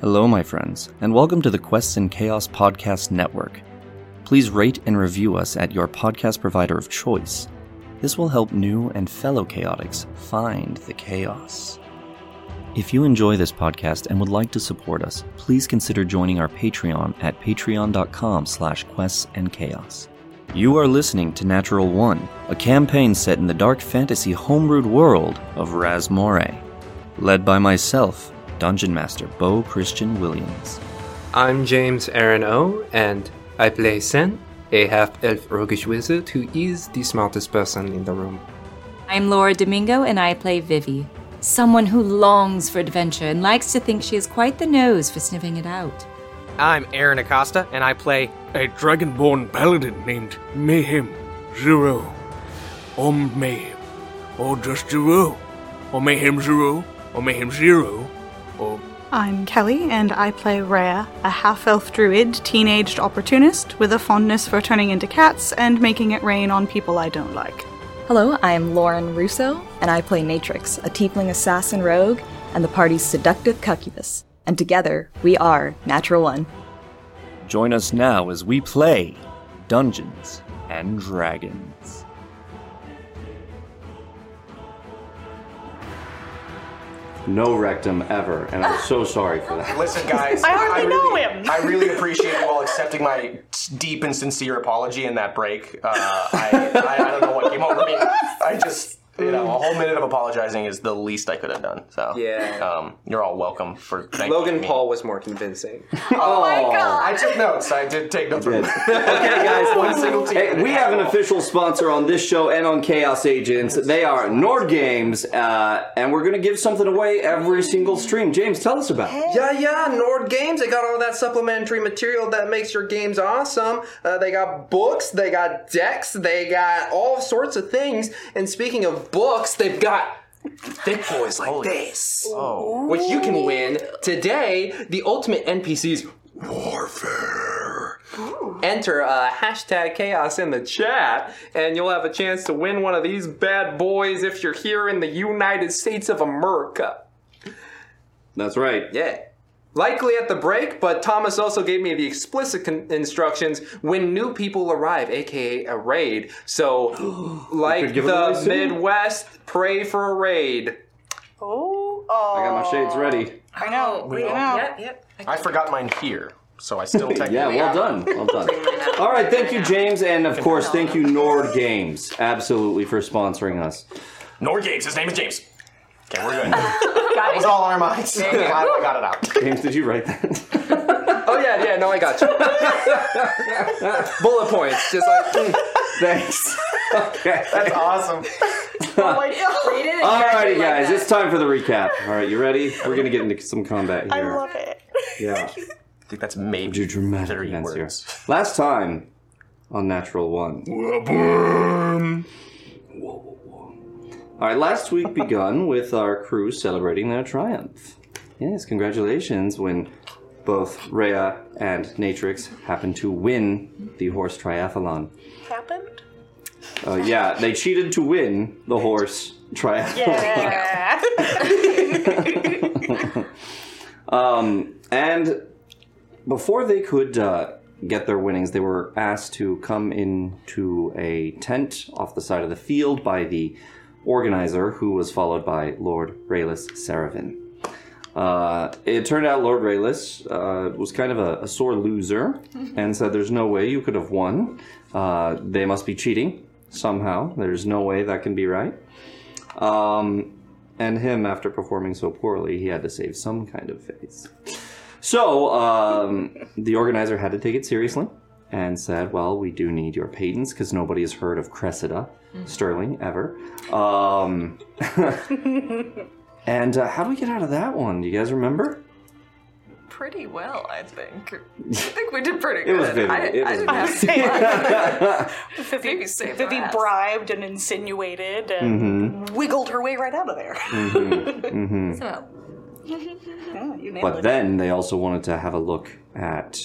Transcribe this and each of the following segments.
Hello, my friends, and welcome to the Quests and Chaos Podcast Network. Please rate and review us at your podcast provider of choice. This will help new and fellow chaotics find the chaos. If you enjoy this podcast and would like to support us, please consider joining our Patreon at patreon.com slash quests and chaos. You are listening to Natural One, a campaign set in the dark fantasy homebrewed world of Razmore, led by myself, Dungeon Master Bo Christian Williams. I'm James Aaron O, and I play Sen, a half elf roguish wizard who is the smartest person in the room. I'm Laura Domingo, and I play Vivi, someone who longs for adventure and likes to think she has quite the nose for sniffing it out. I'm Aaron Acosta, and I play. a dragonborn paladin named Mayhem Zero. Or Mayhem. Or just Zero. Or Mayhem Zero. Or Mayhem Zero. Or I'm Kelly, and I play Rhea, a half elf druid, teenaged opportunist with a fondness for turning into cats and making it rain on people I don't like. Hello, I am Lauren Russo, and I play Natrix, a tiefling assassin rogue, and the party's seductive cuccubus. And together, we are Natural One. Join us now as we play Dungeons and Dragons. No rectum ever, and I'm so sorry for that. Listen, guys. I hardly know really, him. I really appreciate you all accepting my deep and sincere apology in that break. Uh, I, I, I don't know what came over me. I just, you know, a whole minute of apologizing is the least I could have done. So, Yeah. um, you're all welcome for thanking Logan me. Paul was more convincing. I took notes. I did take notes. Good. okay, guys. One single team. Hey, we have an official sponsor on this show and on Chaos Agents. They are Nord Games, uh, and we're going to give something away every single stream. James, tell us about it. Yeah, yeah, Nord Games. They got all that supplementary material that makes your games awesome. Uh, they got books, they got decks, they got all sorts of things. And speaking of books, they've got thick boys like this, which you can win today. The ultimate NPC's warfare. Enter uh, hashtag chaos in the chat, and you'll have a chance to win one of these bad boys if you're here in the United States of America. That's right. Yeah. Likely at the break, but Thomas also gave me the explicit con- instructions when new people arrive, aka a raid. So, like could give it away the soon. Midwest, pray for a raid. Oh, I got my shades ready. I know. I know. I forgot mine here, so I still technically Yeah, well have it. done. Well done. All right, thank you, James, and of course, thank you, Nord Games, absolutely, for sponsoring us. Nord Games. His name is James. Okay, we're good. that was all our minds. Glad I got it out. James, did you write that? Oh, yeah, yeah, no, I got you. Bullet points, just like. mm. Thanks. Okay. That's awesome. Oh Alrighty, guys, it's time for the recap. All right, you ready? We're gonna get into some combat here. I love it. yeah. I think that's maybe Do dramatic three events here. words. Last time on Natural One. All right, last week begun with our crew celebrating their triumph. Yes, congratulations when both Rhea and Natrix happened to win the horse triathlon. Happened? Uh, yeah, they cheated to win the horse triathlon. Yeah. Um, and before they could uh, get their winnings, they were asked to come into a tent off the side of the field by the organizer, who was followed by Lord Raylis Saravin. Uh, it turned out Lord Raylis uh, was kind of a, a sore loser and said, There's no way you could have won. Uh, they must be cheating somehow. There's no way that can be right. Um, and him, after performing so poorly, he had to save some kind of face. So um, the organizer had to take it seriously and said, "Well, we do need your patents because nobody has heard of Cressida Sterling ever." Um, and uh, how do we get out of that one? Do you guys remember? pretty well, I think. I think we did pretty It good. was Vivi. I, It I was didn't have Vivi. to Vivi saved our Vivi ass. bribed and insinuated and Mhm. wiggled her way right out of there. Mhm, mhm. So. you nailed But it. then they also wanted to have a look at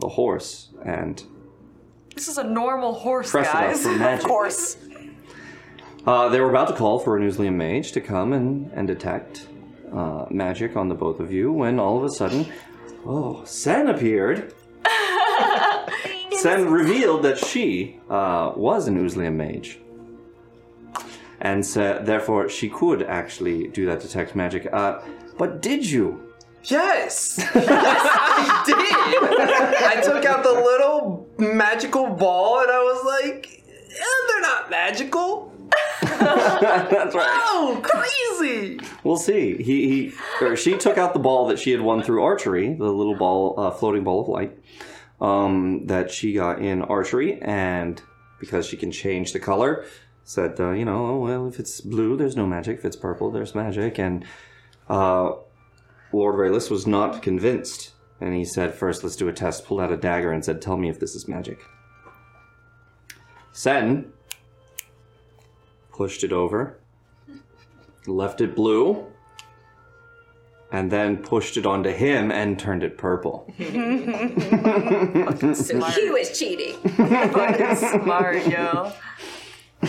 the horse, and This is a normal horse, Press it up guys. for magic. Of course. uh, they were about to call for an Uslian mage to come and, and detect uh, magic on the both of you when all of a sudden, oh, Sen appeared. Sen revealed that she uh, was an Uslian mage. And so, therefore, she could actually do that detect magic. Uh, but did you? Yes! I did! I took out the little magical ball and I was like, "Eh, they're not magical. That's right. Oh, crazy! We'll see. He, he or she took out the ball that she had won through archery, the little ball, uh, floating ball of light um, that she got in archery, and because she can change the color, said, uh, you know, oh, well, if it's blue, there's no magic. If it's purple, there's magic. And uh, Lord Rayless was not convinced, and he said, first, let's do a test. Pulled out a dagger and said, tell me if this is magic. Sen pushed it over left it blue, and then pushed it onto him and turned it purple. So he was cheating. Smart, yo.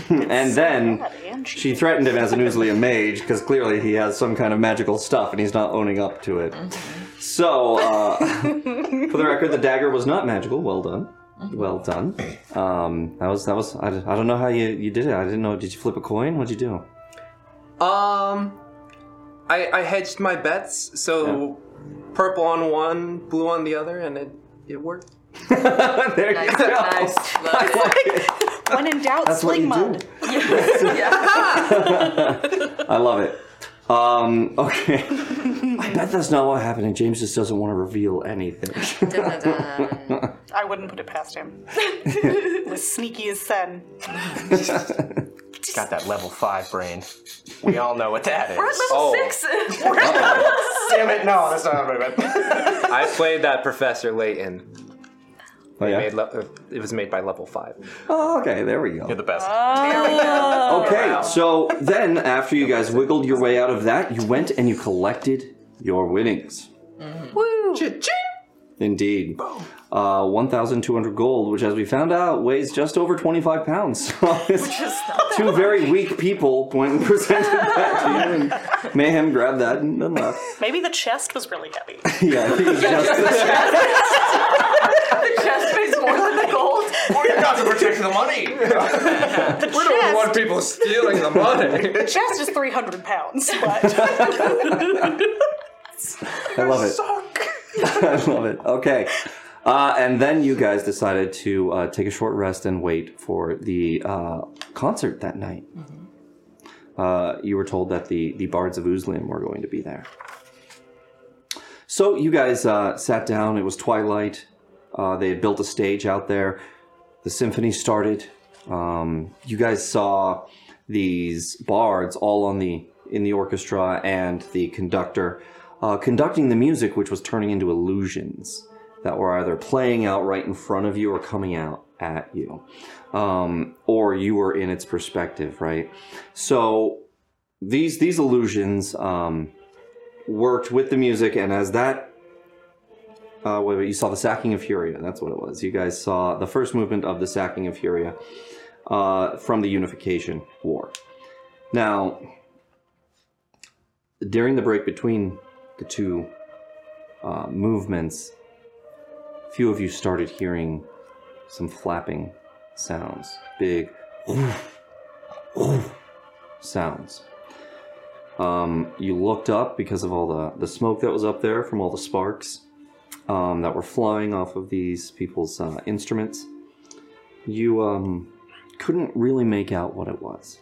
and then she threatened him as an Uzlian mage because clearly he has some kind of magical stuff and he's not owning up to it. So, uh, for the record, the dagger was not magical. Well done. Well done. Um, that was that was. I, I don't know how you, you did it. I didn't know. Did you flip a coin? What'd you do? Um, I, I hedged my bets, so purple on one, blue on the other, and it, it worked. there you go. when in doubt, That's what sling you do. mud. I love it. Um, okay. I bet that's not what happened, and James just doesn't want to reveal anything. I wouldn't put it past him. was sneaky as sin. Got that level five brain. We all know what that is. We're at level six. We're at level Oh. Damn it! No, that's not what I meant. I played that Professor Layton. Oh, yeah? made le- uh, it was made by level five. Oh, okay, there we go. You're the best. Uh. Okay, so then after you guys wiggled your way out of that, you went and you collected your winnings. Woo! Indeed. Uh, 1,200 gold, which, as we found out, weighs just over 25 pounds. Two very weak people when presented that to you, and Mayhem grabbed that and then left. Maybe the chest was really heavy. Yeah, I think it was just the chest weighs more than the gold. We're not to protect the money. we don't want people stealing the money. The chest is 300 pounds, but I love it. I love it. Okay. Uh, and then you guys decided to uh, take a short rest and wait for the uh, concert that night. Uh, you were told that the, the bards of Uzlian were going to be there. So you guys uh, sat down. It was twilight. Uh, they had built a stage out there. The symphony started. Um, you guys saw these bards all on the in the orchestra and the conductor uh, conducting the music, which was turning into illusions that were either playing out right in front of you or coming out at you, um, or you were in its perspective, right? So these these illusions. Um, worked with the music, and as that. Uh, wait, wait, you saw the sacking of Furia. That's what it was. You guys saw the first movement of the sacking of Furia uh, from the Unification War. Now, during the break between the two uh, movements, few of you started hearing some flapping sounds, big sounds. Um, you looked up because of all the, the smoke that was up there from all the sparks um, that were flying off of these people's uh, instruments. You um, couldn't really make out what it was.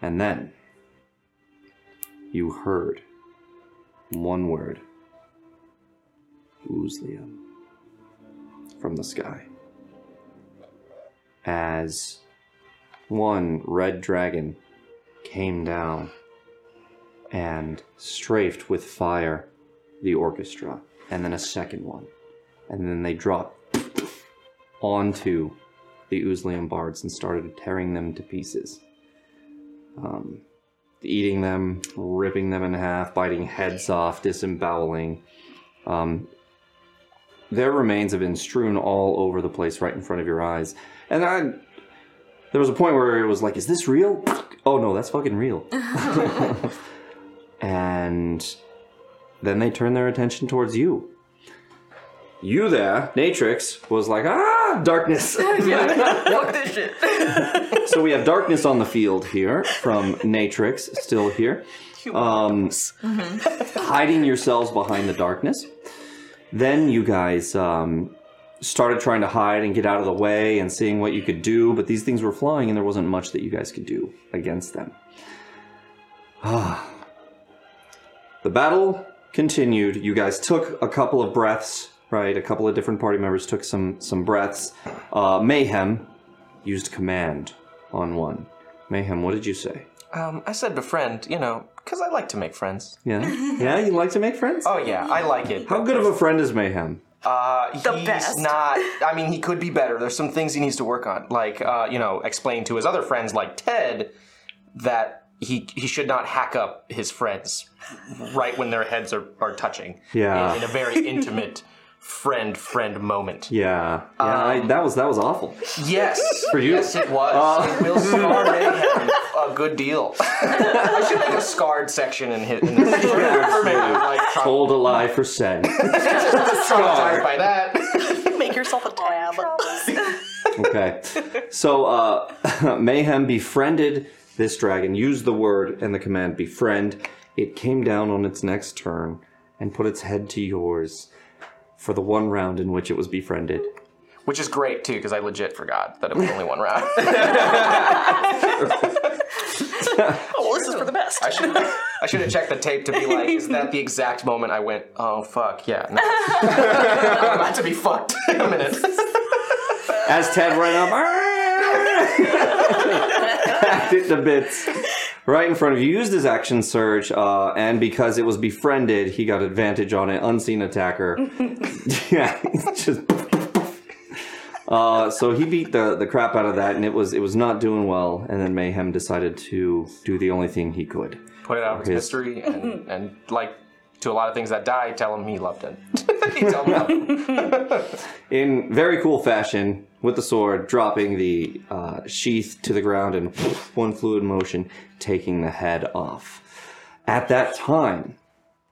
And then you heard one word Oozlium from the sky. As one red dragon came down and strafed with fire the orchestra, and then a second one, and then they dropped onto the Uzlian bards and started tearing them to pieces. Um, eating them, ripping them in half, biting heads off, disemboweling. Um, their remains have been strewn all over the place right in front of your eyes. And I, there was a point where it was like, is this real? Oh no, that's fucking real. and then they turned their attention towards you. You there, Natrix, was like, ah, darkness. yeah, fuck this shit. so we have darkness on the field here from Natrix, still here. Um, hiding yourselves behind the darkness. Then you guys um, started trying to hide and get out of the way and seeing what you could do, but these things were flying and there wasn't much that you guys could do against them. Ah. the battle continued. You guys took a couple of breaths, right? A couple of different party members took some some breaths. Uh, Mayhem used command on one. Mayhem, what did you say? Um, I said befriend, you know, because I like to make friends. Yeah, yeah, you like to make friends. Oh yeah, I like it. How good of a friend is Mayhem? Uh, he's not. I mean, he could be better. There's some things he needs to work on, like uh, you know, explain to his other friends, like Ted, that he he should not hack up his friends right when their heads are are touching. Yeah. in, in a very intimate friend friend moment. Yeah, yeah, I, that was that was awful. Yes, For you. Yes, it was. Uh. it will scar Mayhem a good deal. I should make a scarred section in his. In this for Mayhem, like, Told a lie for sen. traumatized by that. Make yourself a tab. okay. So uh, Mayhem befriended this dragon, used the word and the command befriend. It came down on its next turn and put its head to yours for the one round in which it was befriended. Which is great too, because I legit forgot that it was only one round. oh, this is for the best. I should I should have checked the tape to be like, is that the exact moment I went? Oh fuck yeah! No. I'm about to be fucked in a minute. As Ted ran up, hacked it to bits right in front of you. Used his action surge, uh, and because it was befriended, he got advantage on an unseen attacker. yeah, it's just. Uh, so he beat the, the crap out of that, and it was it was not doing well. And then Mayhem decided to do the only thing he could. Put it out of its Okay. history and and like to a lot of things that die, tell him he loved it. he tell him no. in very cool fashion with the sword, dropping the uh, sheath to the ground and one fluid motion, taking the head off. At that time,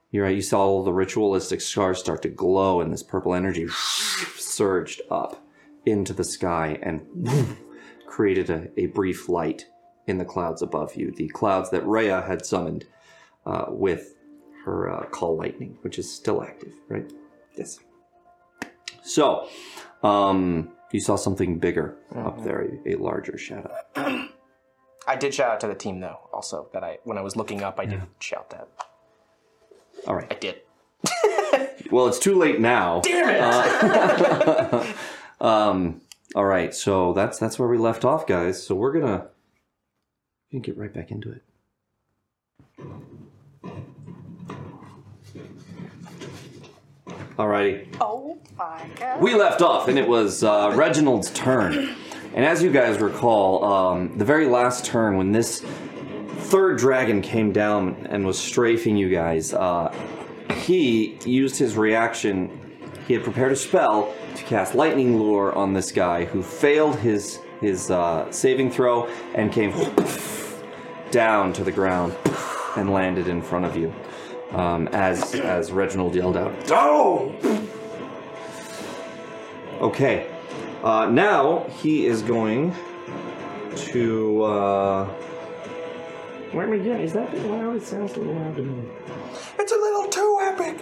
you're right, you saw all the ritualistic scars start to glow and this purple energy surged up into the sky and created a, a brief light in the clouds above you, the clouds that Rhea had summoned uh, with her uh, call lightning, which is still active, right? Yes. So, um, you saw something bigger up Mhm. there, a, a larger shadow. I did shout out to the team though. Also, that I when I was looking up, I did shout that. All right. I did. Well, it's too late now. Damn it! Um, all right, so that's that's where we left off, guys. So we're gonna, we can get right back into it. Alrighty. Oh my god. We left off, and it was uh, Reginald's turn. And as you guys recall, um, the very last turn when this third dragon came down and was strafing you guys, uh, he used his reaction. He had prepared a spell to cast lightning lure on this guy who failed his his uh, saving throw and came down to the ground and landed in front of you. Um, as as Reginald yelled out, "Oh!" Okay. Uh, now he is going to. Uh, where am I getting? Is that loud? It sounds a little loud to me. It's a little too epic.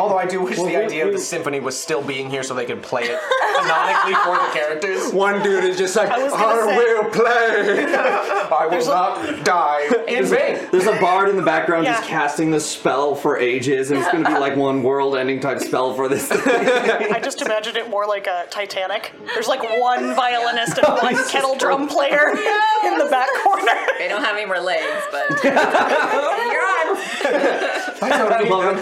Although I do wish Well, the we- idea of the symphony was still being here so they could play it canonically for the characters. One dude is just like, I, was gonna say- will play. I will not die in There's vain. a, there's a bard in the background just Yeah. casting the spell for ages, and it's going to be like one world-ending type spell for this. I just imagined it more like a Titanic. There's like one violinist and one kettle drum player in the back corner. They don't have any more legs, but You're on. I don't need them.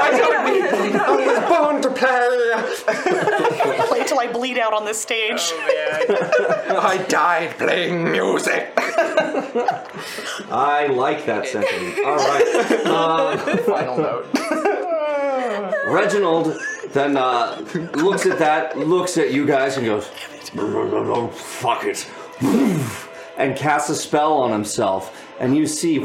I don't mean- I was born to play. Play till I bleed out on this stage. Oh. I died playing music. I like that sentiment. All right. Um, Final note. Reginald then uh, looks at that, looks at you guys, and goes, "Fuck it," and casts a spell on himself, and you see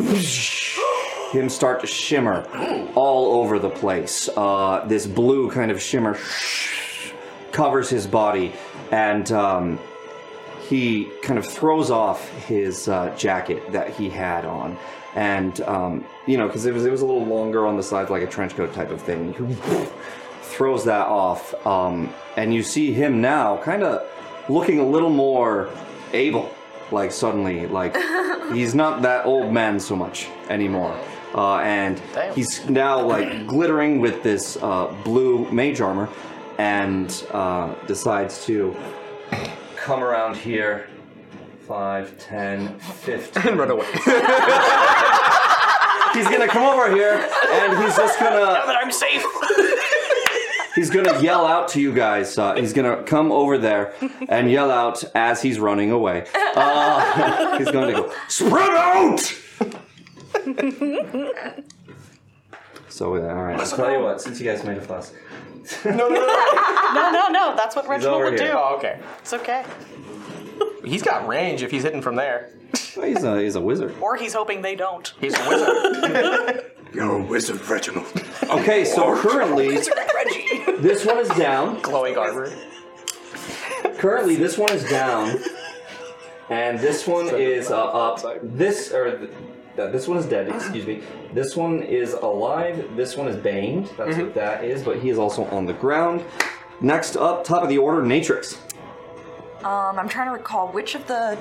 him start to shimmer all over the place. Uh, this blue kind of shimmer covers his body, and um, he kind of throws off his uh, jacket that he had on. And, um, you know, because it was, it was a little longer on the sides, like a trench coat type of thing. He throws that off. Um, and you see him now kind of looking a little more able, like suddenly. Like, he's not that old man so much anymore. Uh, and he's now, like, glittering with this uh, blue mage armor and uh, decides to come around here 5, 10, 15. And run away. he's gonna come over here and he's just Now gonna that I'm safe. he's gonna yell out to you guys. Uh, he's gonna come over there and yell out as he's running away. Uh, he's going to go spread out. So uh, all right, I'll tell you what. Since you guys made a fuss, no, no, no, no, no. That's what Reginald over would here. do. Oh, okay. It's okay. He's got range if he's hitting from there. he's a he's a wizard. Or he's hoping they don't. He's a wizard. You're a wizard, Reginald. Okay, so currently this one is down. Glowing armor. Currently, this one is down, and this one is uh, up. This or th- uh, this one is dead. Excuse me. This one is alive. This one is baned. That's what that is. But he is also on the ground. Next up, top of the order, Natrix. Um, I'm trying to recall which of the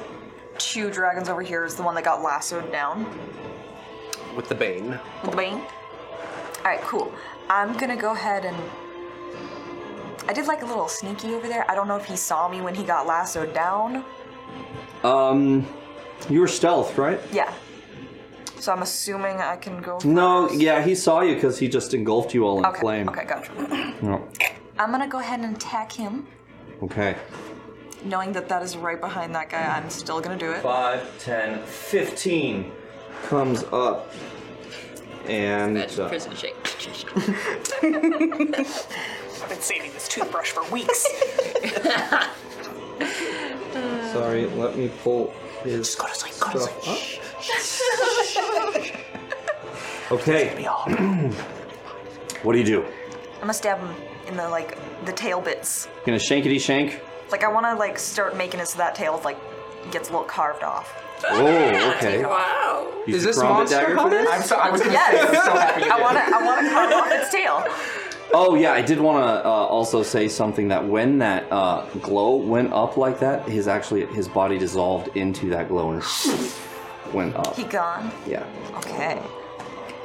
two dragons over here is the one that got lassoed down. With the bane. With the bane. All right, cool. I'm gonna go ahead and. I did like a little sneaky over there. I don't know if he saw me when he got lassoed down. Um, you were stealth, right? Yeah. So I'm assuming I can go. No, yeah, he saw you because he just engulfed you all in okay. flame. Okay, gotcha. No. I'm gonna go ahead and attack him, Okay. knowing that that is right behind that guy. I'm still gonna do it. 5, 10, 15 comes up. And. uh, prison shape. I've been saving this toothbrush for weeks. Uh, Sorry, let me pull his stuff up. Okay. what do you do? I'm gonna stab him in the like the tail bits. Gonna shankety shank? Like I want to like start making it so that tail like gets a little carved off. Oh, okay. Wow. You ground the dagger for this? I'm so, I was gonna yes. say, I'm so happy you I did. want to. I want to carve off its tail. Oh yeah, I did want to uh, also say something that when that uh, glow went up like that, his actually his body dissolved into that glow and went up. He gone. Yeah. Okay.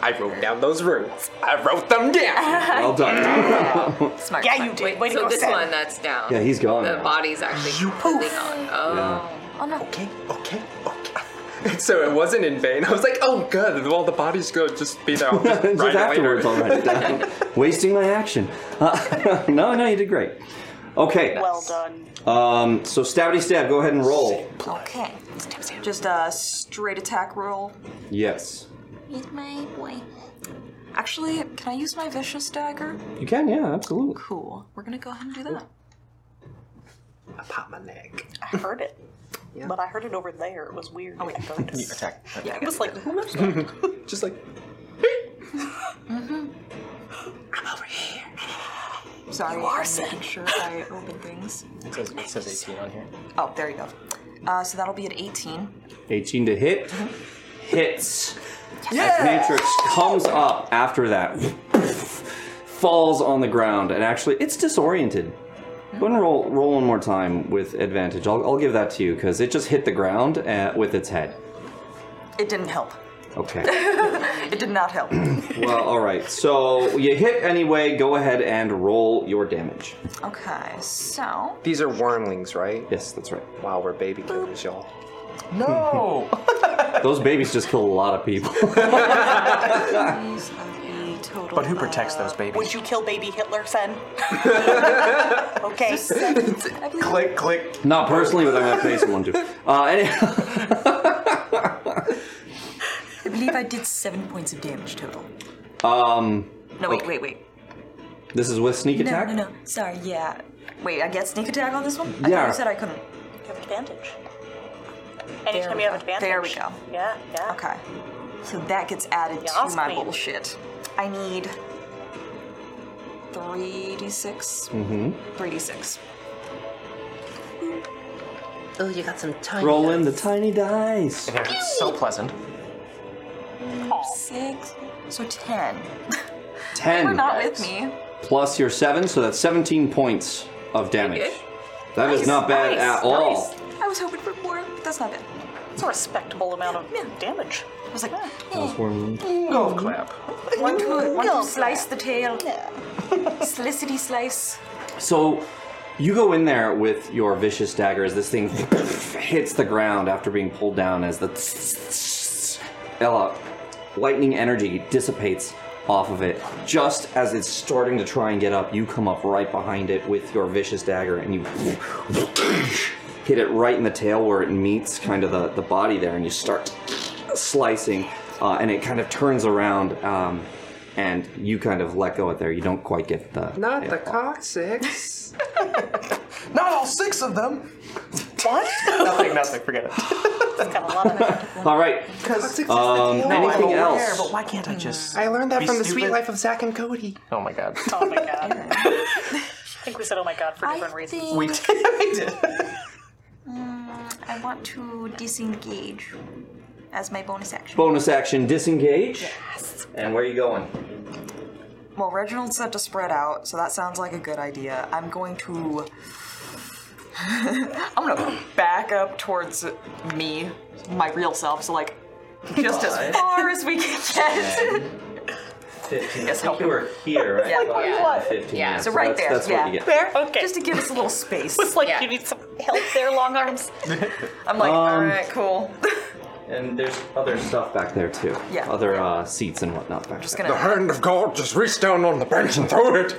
I wrote down those runes. I wrote them down. Well done. Smart. Yeah, you did. Way to so go, this Sam. one that's down. Yeah, he's gone The now. body's actually holding on. Oh. Oh no. Okay, okay, okay. So it wasn't in vain. I was like, oh good, well the body's good, just be there. I'll Just Just ride it afterwards later. already. Wasting my action. Uh, no, no, you did great. Okay. Well done. Um, so stabby stab, go ahead and roll. Okay. Just a straight attack roll. Yes. Meet my boy. Actually, can I use my vicious dagger? You can, yeah, absolutely. Cool. We're gonna go ahead and do that. I popped my neck. I heard it. But I heard it over there. It was weird. Oh, yeah. You attack. I was like, who lives Just like. Mm-hmm. I'm over here. Sorry, You are I'm sick. making sure I open things. It says, it says 18 on here. Oh, there you go. Uh, so that'll be at 18. 18 to hit. Hits. As Matrix comes up after that, falls on the ground, and actually, it's disoriented. Go ahead and roll, roll one more time with advantage. I'll, I'll give that to you because it just hit the ground uh, with its head. It didn't help. Okay. it did not help. well, all right. So you hit anyway. Go ahead and roll your damage. Okay, so. These are wormlings, right? Yes, that's right. Wow, we're baby killers, y'all. No. Those babies just kill a lot of people. These are 8, total. But who protects those Would babies? you kill baby Hitler, Fen? okay. click, click. Not personally, but I'm gonna pay someone to. Uh, any- I believe I did seven points of damage total. um, No, wait, wait, wait. this is with sneak no, attack. No, no, sorry, yeah. Wait, I get sneak attack on this one? I thought Yeah. you said I couldn't. You have advantage. Anytime we you have go. advantage. There we go. Yeah, yeah. Okay. So that gets added Yeah, to ask my me. bullshit. I need 3d6. Mm-hmm. 3d6. Oh, you got some time. Roll in the tiny dice. so pleasant. Six. So ten. 10. We're not with me. Plus your 7, so that's 17 points of damage. Okay. That is Nice, not bad nice, at all. nice. I was hoping for more, but that's not bad. It's a respectable amount of damage. I was like, "Ah." That's one. Golf clap. want to, want to slice the tail. Slicity slice. So you go in there with your vicious dagger as this thing hits the ground after being pulled down as the Ella lightning energy dissipates off of it. Just as it's starting to try and get up, you come up right behind it with your vicious dagger and you hit it right in the tail where it meets kind of the, the body there and you start slicing uh, and it kind of turns around um, and you kind of let go of it there. You don't quite get the Not it the off. cock six. Not Oh, all six of them. What? nothing, nothing. Forget it. All right. Um, No, I'm anything aware, else? but why can't I just? I learned that be from the sweet stupid? life of Zach and Cody. Oh my god. Oh my god. I think we said oh my god for different reasons. We did. we did. Mm, I want to disengage as my bonus action. Bonus action: disengage. And where are you going? Well, Reginald said to spread out, so that sounds like a good idea. I'm going to. I'm gonna back up towards me, my real self, so like just Five. as far as we can get. Fifteen. Yes, help you were here, right? Yeah. Five, Yeah. What? Fifteen. Yeah. So So that's- right there, That's yeah. what you get. There? Okay. Just to give us a little space. It's like you need some help there, long arms. I'm like, Um, alright, cool. And there's other stuff back there too. Yeah. Other uh, seats and whatnot back Just there. gonna- The hand of God just reached down on the bench and threw it.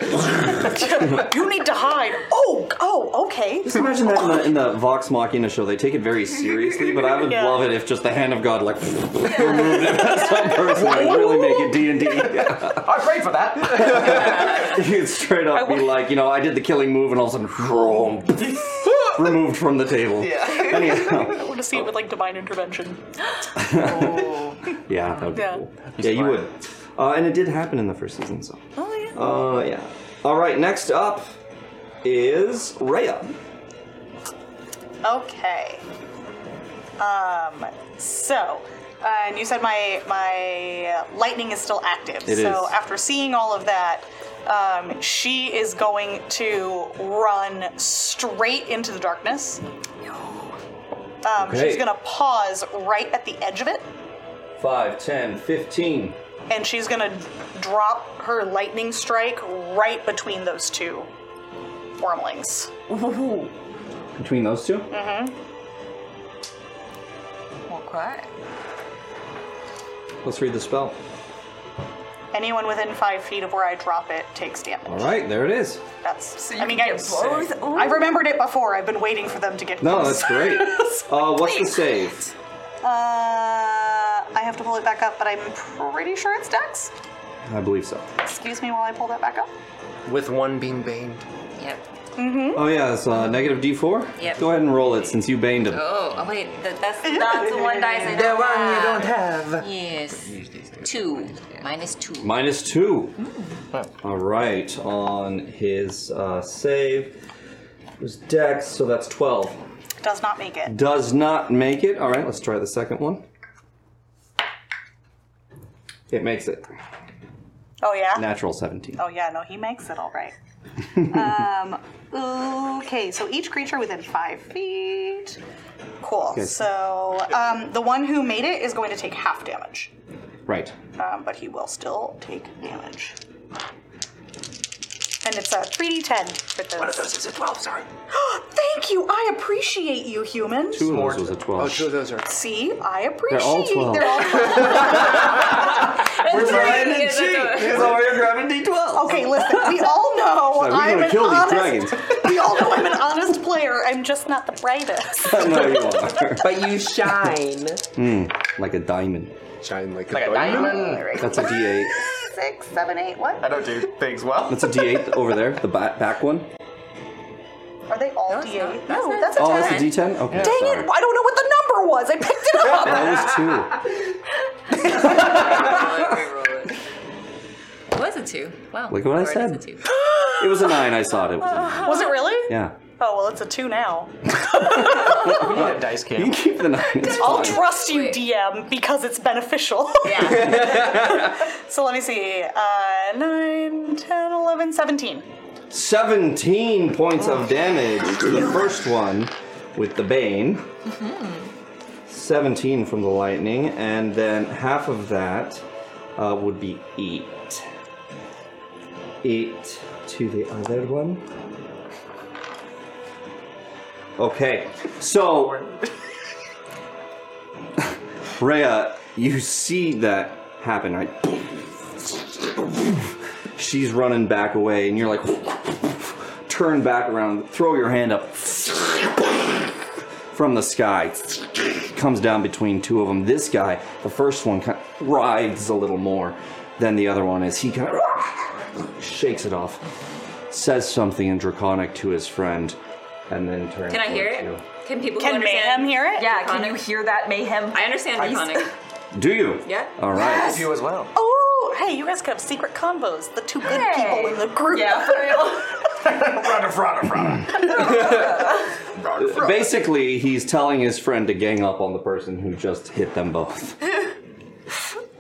you need to hide. Oh, oh, okay. Just imagine that in the, in the Vox Machina show, they take it very seriously, but I would Yeah. love it if just the hand of God like removed it past some person and really make it D and D. I prayed for that. You'd straight up be like, you know, I did the killing move and all of a sudden, removed from the table. Yeah. Anyhow, I want to see it with like divine intervention. yeah, that would be Yeah. cool. Yeah, you would. Uh, and it did happen in the first season, so. Oh, yeah. Uh, yeah. All right, next up is Rhea. Okay. Um. So, uh, and you said my my lightning is still active. It so is. after seeing all of that, um, she is going to run straight into the darkness. Um, Okay. She's gonna pause right at the edge of it, 5, 10, 15. and she's gonna drop her lightning strike right between those two wormlings. Between those two? Mm-hmm. Okay. Let's read the spell. Anyone within five feet of where I drop it takes damage. All right, there it is. That's. So you I mean, can I, get both? Ooh. I've remembered it before. I've been waiting for them to get. No, close. that's great. Uh, what's the save? Uh, I have to pull it back up, but I'm pretty sure it's Dex. I believe so. Excuse me while I pull that back up. With one being baned. Yep. Mm-hmm. Oh, yeah, it's uh, negative d4? Yep. Go ahead and roll it since you baned him. Oh, oh, wait, that, that's not the one dice I The don't one you have. don't have. Yes. Two. Minus two. Minus two. All right, on his uh, save. It was dex, so that's 12. Does not make it. Does not make it. All right, let's try the second one. It makes it. Oh yeah. Natural 17. Oh yeah. No, he makes it all right. um, okay, so each creature within five feet. Cool. Okay. So um, the one who made it is going to take half damage, Right. um, but he will still take damage. And it's a 3d10 with those. One of those is a 12, sorry. Thank you! I appreciate you, humans. Two of those was a 12. Oh, two of those are. See, I appreciate. They're all 12. They're all We're Three riding is cheap. a- Here's why we're grabbing D12. Okay, listen. We all know So we're I'm gonna an kill these honest. dragons. we all know I'm an honest player. I'm just not the brightest. I know you are. But you shine. Mm, like a diamond. Shine like, Like a diamond. diamond. That's a D8. Six, seven, eight. What? I don't do things well. That's a D8 over there, the ba- back one. Are they all D8? No, that's a Oh, 10. that's a D10? Okay. Dang it! I don't know what the number was. I picked it up. That was two. It was a two. Wow. Look what I said. It was a nine. I saw it. It was a nine. Was it really? Yeah. Oh well, it's a two now. We need a dice cam. You can keep the nine. It's I'll fine. trust you, DM, because it's beneficial. so let me see. Uh, 9, 10, 11, 17. 17 points of damage to the first one with the Bane, 17 from the lightning, and then half of that uh, would be 8. 8 to the other one. Okay, so. Rhea, you see that happen, right? She's running back away, and you're like, turn back around, throw your hand up from the sky, comes down between two of them. This guy, the first one, kind of writhes a little more than the other one is. He kind of shakes it off, says something in Draconic to his friend, and then turns. Can I hear towards it? Can people Can who understand mayhem hear it? Yeah, can you hear that mayhem? I understand Please. iconic. you. Do you? Yeah. All right. Yes. You as well. Oh, hey, you guys could have secret combos. The two good people in the group. Yeah, for real. Frada, frada, frada. Basically, he's telling his friend to gang up on the person who just hit them both.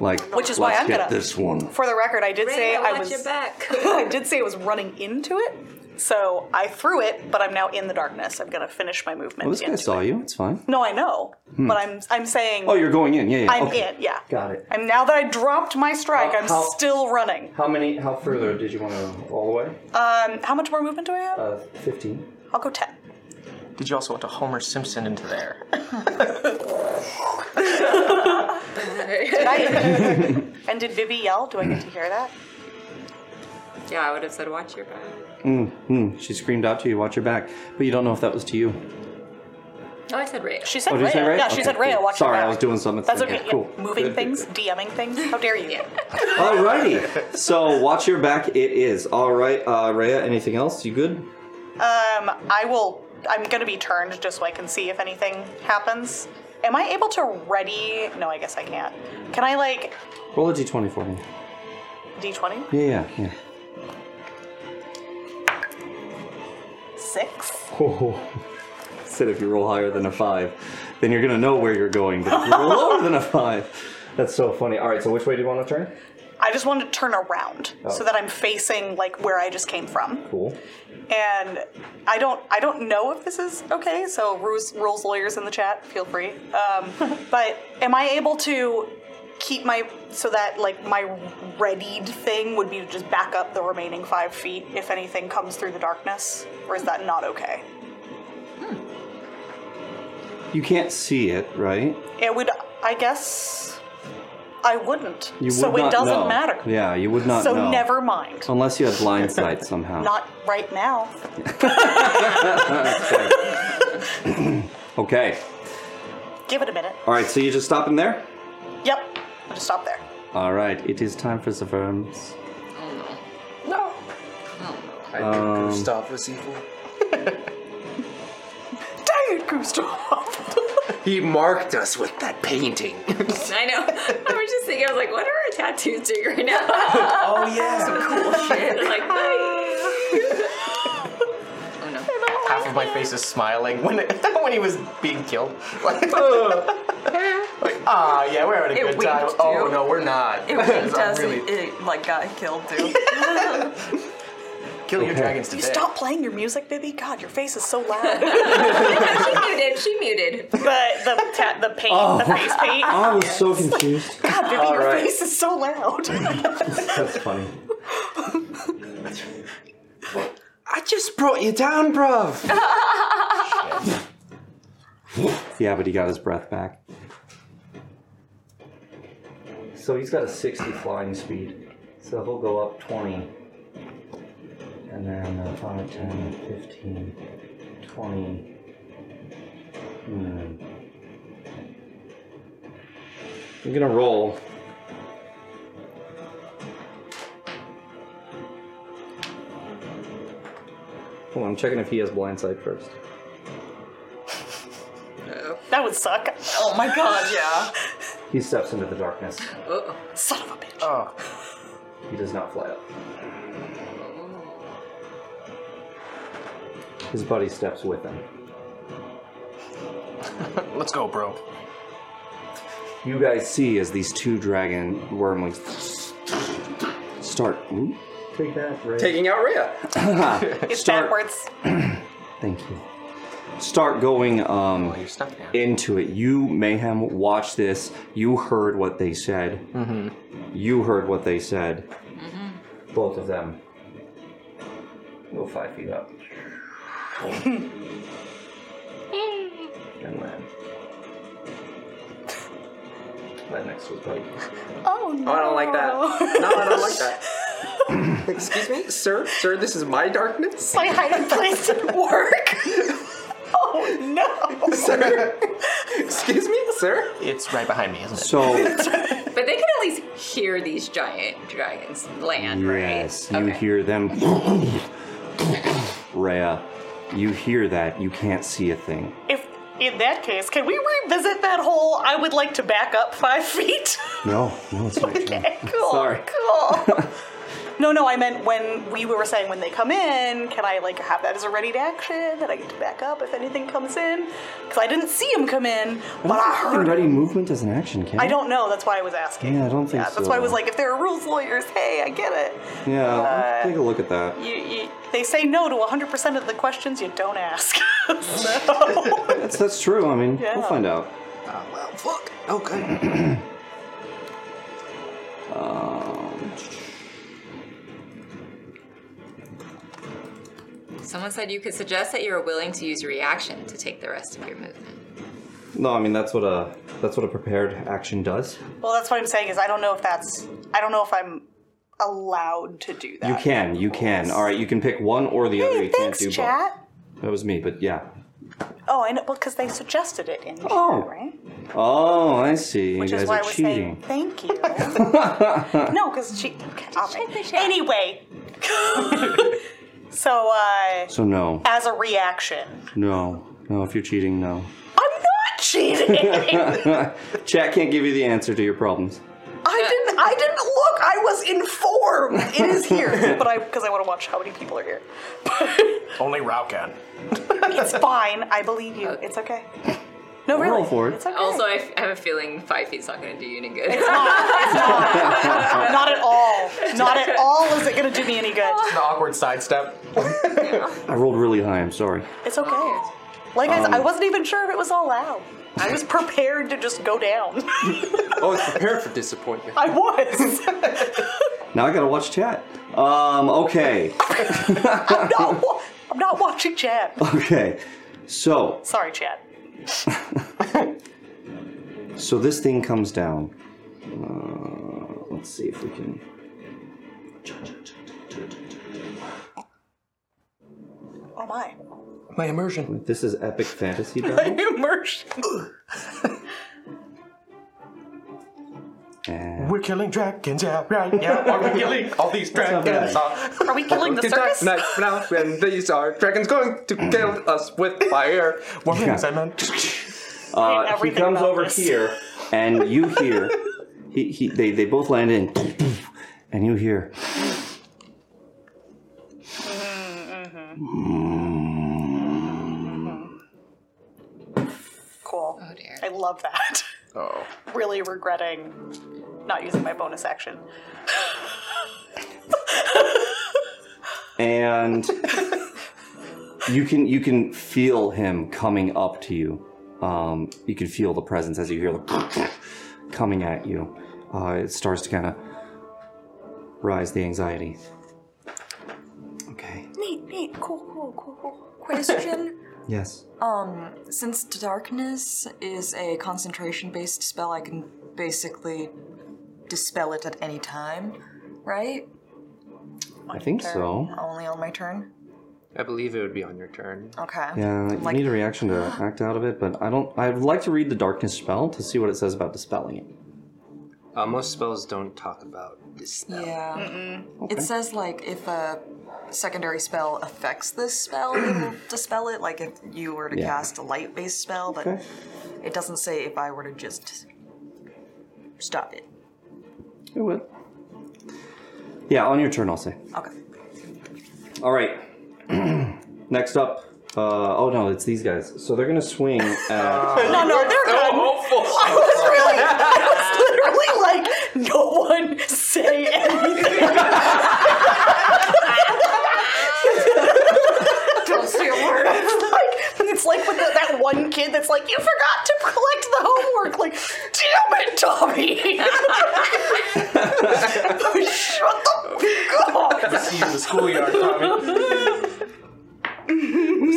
Like, Which is why let's I'm get gonna- this one. For the record, I did say Raina, I watch was. your back. I did say it was running into it, so I threw it, but I'm now in the darkness. I'm gonna finish my movement. Well, this guy into saw you. It's fine. it. No, I know, Hmm. but I'm I'm saying. Oh, you're going in. Yeah, yeah. I'm okay. in. Yeah. Got it. I'm now that I dropped my strike. How- I'm how- still running. How many? How further did you want to all the way? Um, how much more movement do I have? Uh, fifteen. I'll go ten. Did you also want to Homer Simpson into there? Did I? and did Vivi yell? Do I get to hear that? Yeah, I would have said watch your back. Mm, mm. She screamed out to you, "Watch your back!" But you don't know if that was to you. Oh, I said Ray. She said Oh, did you say Rhea. Rhea? Yeah, she Okay, said Rhea. cool. Watch Sorry, your back. I was doing something at the That's same okay. time. yeah. Cool. Moving Good, things, DMing things. How dare you? Alrighty. So watch your back. It is all right. Uh, Rhea, anything else? You good? Um, I will. I'm gonna be turned just so I can see if anything happens. Am I able to ready? No, I guess I can't. Can I like Roll a d20 for me. D20? Yeah, yeah, yeah. Six. Oh. Said if you roll higher than a five, then you're gonna know where you're going. But if you roll lower than a five, that's so funny. All right. So which way do you want to turn? I just want to turn around Oh. so that I'm facing like where I just came from. Cool. And I don't I don't know if this is okay, so rules, rules lawyers in the chat, feel free. Um, but am I able to keep my so that like my readied thing would be to just back up the remaining five feet if anything comes through the darkness? Or is that not okay? Hmm. You can't see it, right? It would I guess I wouldn't. You would so it not doesn't know. matter. Yeah, you would not so know. never mind. Uh, Unless you had blind sight somehow. Not right now. okay. Give it a minute. All right. So you just stopping there? Yep. I'll just stop there. All right. It is time for the verms. No. I think Um, Gustav was evil. Dang it, Gustav! He marked us with that painting. I know. I was just thinking, I was like, what are our tattoos doing right now? oh, yeah. Some cool shit. Like, Half of my face is smiling when it, when he was being killed. Like, like, ah, yeah, we're having a It good time. winked, Oh too. no, we're not. It I'm does really- it like got killed too. kill your dragons Do today. you stop playing your music, baby? God, your face is so loud. she muted. She muted. But the ta- the paint, the face paint. Oh. I was so confused. God, Vivi, All your right. face is so loud. That's funny. I just brought you down, bruv. Yeah, but he got his breath back. So he's got a 60 flying speed. So he'll go up 20. And then uh, 5, 10, 15, 20. Hmm. I'm gonna roll. Hold on, I'm checking if he has blindsight first. That would suck. Oh my god, yeah. He steps into the darkness. Uh-oh. Son of a bitch. Uh, Oh. He does not fly up. His buddy steps with him. Let's go, bro. You guys see as these two dragon wormlings start. hmm? Ooh, take that, Ray. Taking out Rhea. It's Start- backwards. Thank you. Start going Oh, um, into it. You, Mayhem, watch this. You heard what they said. Mm-hmm. You heard what they said. Both of them. Go five feet up. and land. Right next to his buddy. Oh no. I don't like that. Oh. No, I don't like that. Excuse me, sir. Sir, this is my darkness. My hiding place didn't work. oh no. Sir. Excuse me, sir. It's right behind me, isn't it? So but they can at least hear these giant dragons land, Yes, you hear them. Rhea, you hear that. You can't see a thing. If in that case, can we revisit that whole I would like to back up five feet? No, no, it's not. okay, cool. Sorry. Cool. no, no, I meant when we were saying when they come in, can I like have that as a ready to action that I get to back up if anything comes in? Because I didn't see him come in, but I I heard. think ready movement as an action, can I it? don't know. That's why I was asking. Yeah, I don't think Yeah, so. that's why I was like, if there are rules lawyers, hey, I get it. Yeah, let's take a look at that. You, you, they say no to 100% of the questions you don't ask. so, That's, that's true. I mean, we'll Yeah. find out. Ah, well, fuck. Okay. Um, Someone said you could suggest that you're willing to use reaction to take the rest of your movement. no, I mean that's what a that's what a prepared action does. well, that's what I'm saying is I don't know if that's I don't know if I'm allowed to do that. You can, you can. All right, you can pick one or the other. You Thanks, can't do chat. both. That was me, but yeah. Oh, I know. Well, because they suggested it in the Oh. chat, right? Oh, I see. Which you is guys why I are was cheating. saying thank you. no, because she. I'll- Anyway. so, uh, so no, as a reaction, no, no. If you're cheating, no. I'm not cheating. Chat can't give you the answer to your problems. I didn't. I didn't look. I was informed. It is here, but I because I want to watch how many people are here. Only Rao can. It's fine. I believe you. It's okay. No, really. It's okay. Also, I, f- I have a feeling five feet's not going to do you any good. It's not. It's not. not at all. Not at all. Is it going to do me any good? An awkward sidestep. I rolled really high. I'm sorry. It's okay. Like I, s- Um, I wasn't even sure if it was all out. I was prepared to just go down. Oh, it's prepared for disappointment. I was. Now I gotta watch chat. Um. Okay. I'm not. wa- I'm not watching Chad. Okay. So Sorry, Chad. So this thing comes down. Uh, let's see if we can. Oh my. My immersion. this is epic fantasy My battle. immersion. And We're killing dragons, yeah, right, yeah. Are we killing all these dragons? Uh, Are we killing the Did circus? Not now, when these are dragons going to kill us with fire. Yeah. I meant. uh, he everything comes about over this. here, and you hear. He, he, they, they both land in, and you hear. Cool. Oh dear. I love that. Oh. really regretting not using my bonus action. and you can you can feel him coming up to you. Um, you can feel the presence as you hear the coming at you. Uh, it starts to kind of rise the anxiety. Neat, neat, cool, cool, cool, cool. Question. Yes. um, since darkness is a concentration based spell, I can basically dispel it at any time, right? I think so. Only on my turn. I believe it would be on your turn. Okay. Yeah, you Like- need a reaction to act out of it, but I don't. I'd like to read the darkness spell to see what it says about dispelling it. Uh, most spells don't talk about this spell. Yeah. Okay. It says like if a secondary spell affects this spell, it will dispel it. Like if you were to Yeah. cast a light-based spell, but Okay. it doesn't say if I were to just stop it. It will. Yeah, on your turn, I'll say. Okay. All right. Next up. Uh, oh no, it's these guys. So they're gonna swing at. no, no, they're done. I was really, I was literally like, no one say anything. Don't say a word. It's like, it's like with the, that one kid that's like, you forgot to collect the homework. Like, damn it, Tommy. Shut the This is the schoolyard, Tommy.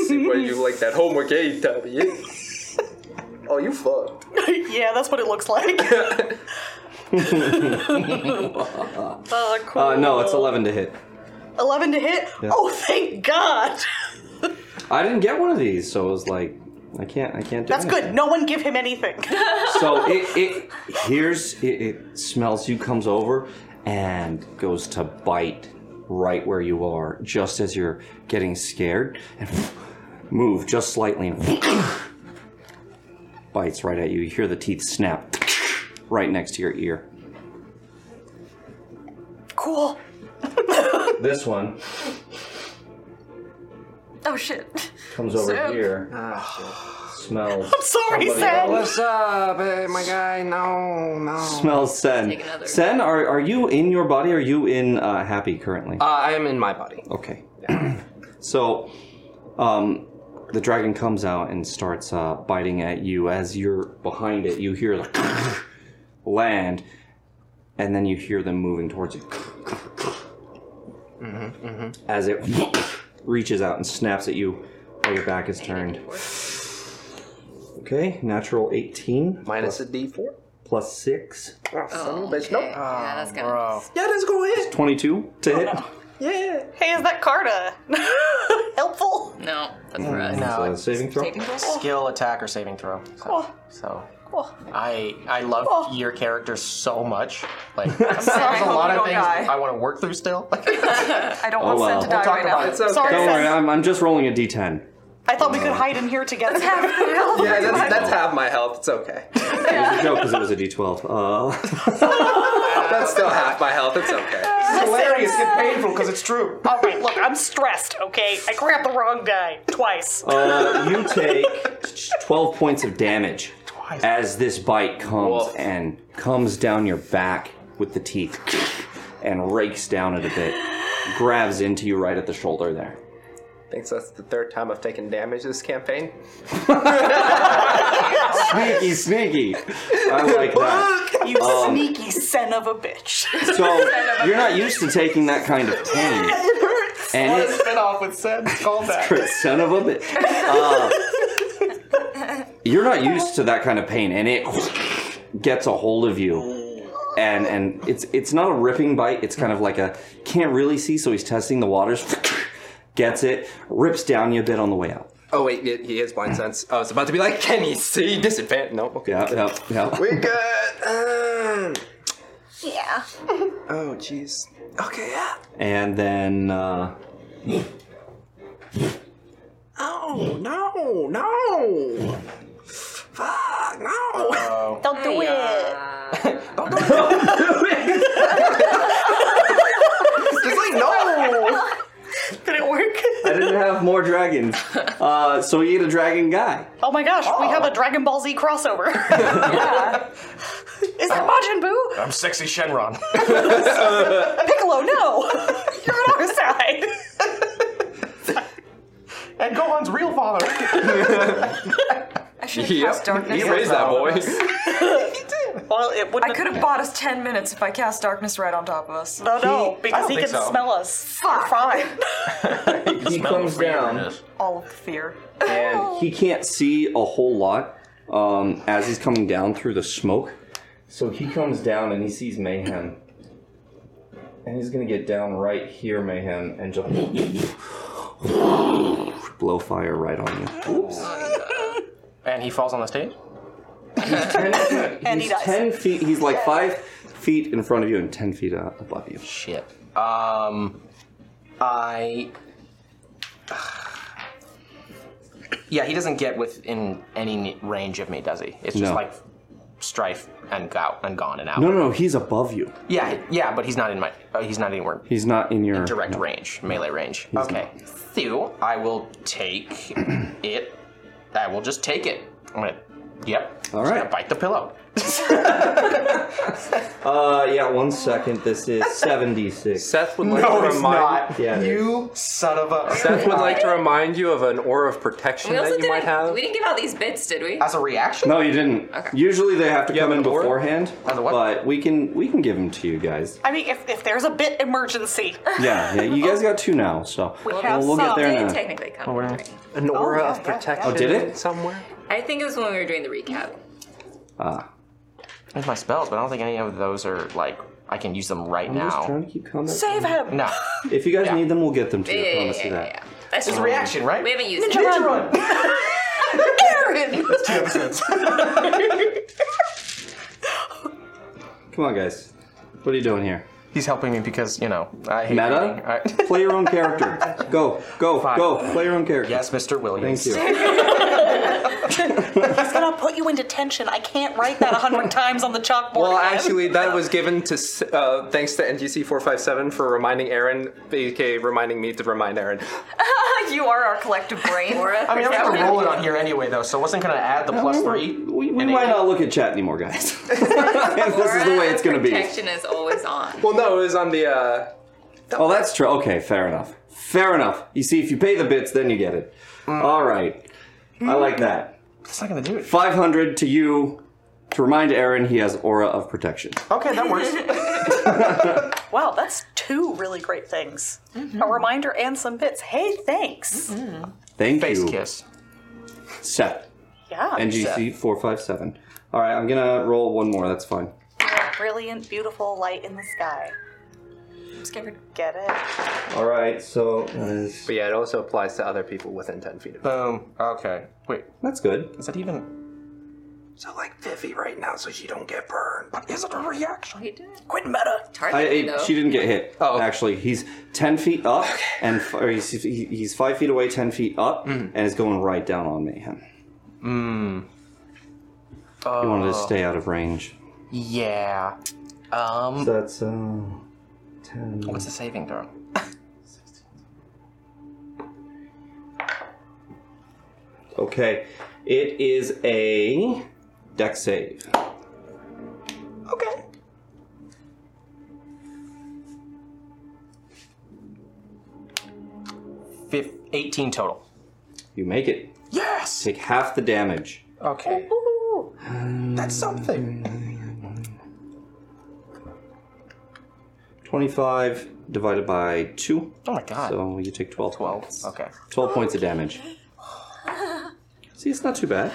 See where you like that homework aid, Tommy. oh, you fucked. yeah, that's what it looks like. Uh, cool. uh, no, it's eleven to hit. 11 to hit? Yeah. Oh, thank God. I didn't get one of these, so it was like, I can't, I can't do That's anything. good. No one give him anything. so it, it hears it, it smells you comes over and goes to bite right where you are just as you're getting scared and move just slightly and bites right at you you hear the teeth snap right next to your ear Cool. this one Oh shit. comes over Snap. here Ah, smells somebody else. What's up, eh, my guy? No, no. smells sen Take another. sen are, are you in your body or are you in uh, happy currently Uh, I am in my body. Okay. so, um, the dragon comes out and starts uh, biting at you. As you're behind it, you hear the land, and then you hear them moving towards you Mm-hmm, mm-hmm. as it reaches out and snaps at you while your back is turned. Okay, natural 18. Minus plus- a D4. Plus 6. Oh, son of a bitch. Nope. Yeah, that's gonna. Bro. Yeah, that's gonna hit. 22 to Oh, hit. Yeah. Hey, is that Carta? Helpful? No. That's for us. So, it's saving throw? Saving throw? Skill, attack, or saving throw. So, Cool. so Cool. I I love your character so much. Like there's sorry, I a hope lot you of don't things die. I want to work through still. I don't Oh, want Sen to well. die we'll talk right about now. it. It's okay. Sorry, Don't worry, Sen. I'm, I'm just rolling a d10. I thought we could hide in here together. Yeah, yeah, that's, that's half my health. It's okay. It was a joke because it was a d12. Uh, that's still half my health. It's okay. It's hilarious and painful because it's true. All right, look, I'm stressed, okay? I grabbed the wrong guy twice. Uh, you take 12 points of damage as this bite comes and comes down your back with the teeth and rakes down it a bit, grabs into you right at the shoulder there. Thanks. That's the third time I've taken damage this campaign. Sneaky, sneaky. I like that. You Um, sneaky son of a bitch. So you're not used to taking that kind of pain. It hurts. And What a it- spinoff with Sen. Call that. You're a son of a bitch. Uh, you're not used to that kind of pain, and it gets a hold of you. And and it's it's not a ripping bite. It's kind of like a can't really see, so he's testing the waters. Gets it, rips down you a bit on the way out. Oh wait, yeah, he is blind sense. Oh, I was about to be like, can he see? Disadvantage? No. Okay. Yeah, yeah, yeah. We're good. uh, Um, Yeah. oh jeez. Okay. Yeah. And then uh, Oh no no. Fuck no. Don't do it. Just like no. Did it work? I didn't have more dragons, uh, so he ate a dragon guy. Oh my gosh, we Ah. have a Dragon Ball Z crossover. Is that Majin Buu? I'm sexy Shenron. Piccolo, no! You're on our side. and Gohan's real father. I should have Yep, cast darkness. he raised that boy. well, it would. I could have bought us ten minutes if I cast darkness right on top of us. No, no, because he I can don't think so. smell us. Fuck. Fine. He comes down. All of fear. and he can't see a whole lot um, as he's coming down through the smoke. So he comes down and he sees Mayhem. And he's gonna get down right here, Mayhem, and just blow fire right on you. And he falls on the stage? and he's ten feet. He's like five feet in front of you and ten feet uh, above you. Shit. Um, I. Yeah, he doesn't get within any range of me, does he? It's just No. like strife and go and gone and out. No, no, he's above you. Yeah, yeah, but he's not in my. Uh, he's not anywhere He's not in your direct range, melee range. He's okay, so I will take it. I will just take it. I'm gonna. Yep. All right. Gonna bite the pillow. Uh, yeah, one second. This is 76. Seth would like No, to it's remind- not. Yeah, it is. You son of a. uh, Seth would like to remind you of an aura of protection We also that you might didn't. have. We didn't give out these bits, did we? a reaction? No, Oh, you didn't. Usually they have to come in beforehand, what? but we can we can give them to you guys. I mean, if, if there's a bit emergency. Yeah, yeah. You guys got two now, so We we'll, have we'll get some. there Oh, Did now. technically come An aura of Oh, did it? Somewhere. I think it was when we were doing the recap. Ah. There's my spells, but I don't think any of those are like I can use them right I'm now. just trying to keep coming. Save him. No. If you guys need them, we'll get them to you. Yeah, I yeah, promise yeah, you that. That's His just reaction, right? We haven't used it. Aaron! That's two episodes. Come on, guys. What are you doing here? He's helping me because you know I hate Meta? reading. I- Play your own character. Go, go, Fine. go. Play your own character. Yes, Mr. Williams. Thank you. He's gonna put you in detention. I can't write that a hundred times on the chalkboard. Well, actually, that was given to s- uh, thanks to NGC four five seven for reminding Aaron, aka reminding me to remind Aaron. you are our collective brain. I mean, I'm gonna roll it on here anyway, though, so I wasn't gonna add the plus three. We, we might not look at chat anymore, guys. this is the way it's gonna be. Protection is always on. Well, no, it was on the. uh... Oh, that's true. Okay, fair enough. Fair enough. You see, if you pay the bits, then you get it. Mm. All right. I like that. It's not gonna do it. 500 to you to remind Aaron he has aura of protection. Okay, that works. wow, that's two really great things. Mm-hmm. A reminder and some bits. Hey, thanks. Thank Face you. kiss. Seth. Yeah. NGC 457. All right, I'm going to roll one more. That's fine. Brilliant, beautiful light in the sky. I'm scared. Get it? All right, so that is. But yeah, it also applies to other people within ten feet of. Boom. Okay. Wait. That's good. Is that even? So like Vivi right now, so she don't get burned. But is it a reaction? Quit meta. I, I- she didn't get hit. Oh, actually, he's ten feet up, and f- or he's, he- he's five feet away, ten feet up, and is going right down on mayhem. Mm. You wanted to stay out of range. Oh. Yeah. Um. that's uh. Ten. What's the saving throw? Okay, it is a deck save. Okay. Fif- 18 total. You make it. Yes. Take half the damage. Okay. That's something. Twenty-five divided by two. Oh my god. So you take twelve. Twelve. Okay. Twelve points of damage. See, it's not too bad.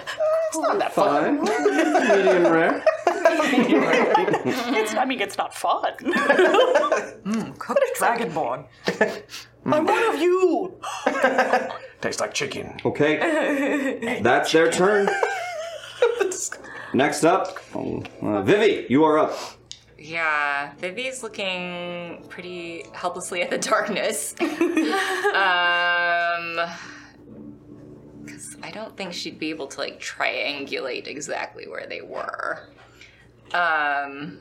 It's not that Fine. Medium rare. it's, I mean, it's not fun. Could a dragonborn. I'm one of you. Tastes like chicken. Okay, that's their turn. Next up, oh, uh, Vivi, you are up. Yeah, Vivi's looking pretty helplessly at the darkness. um, because I don't think she'd be able to like triangulate exactly where they were. Um,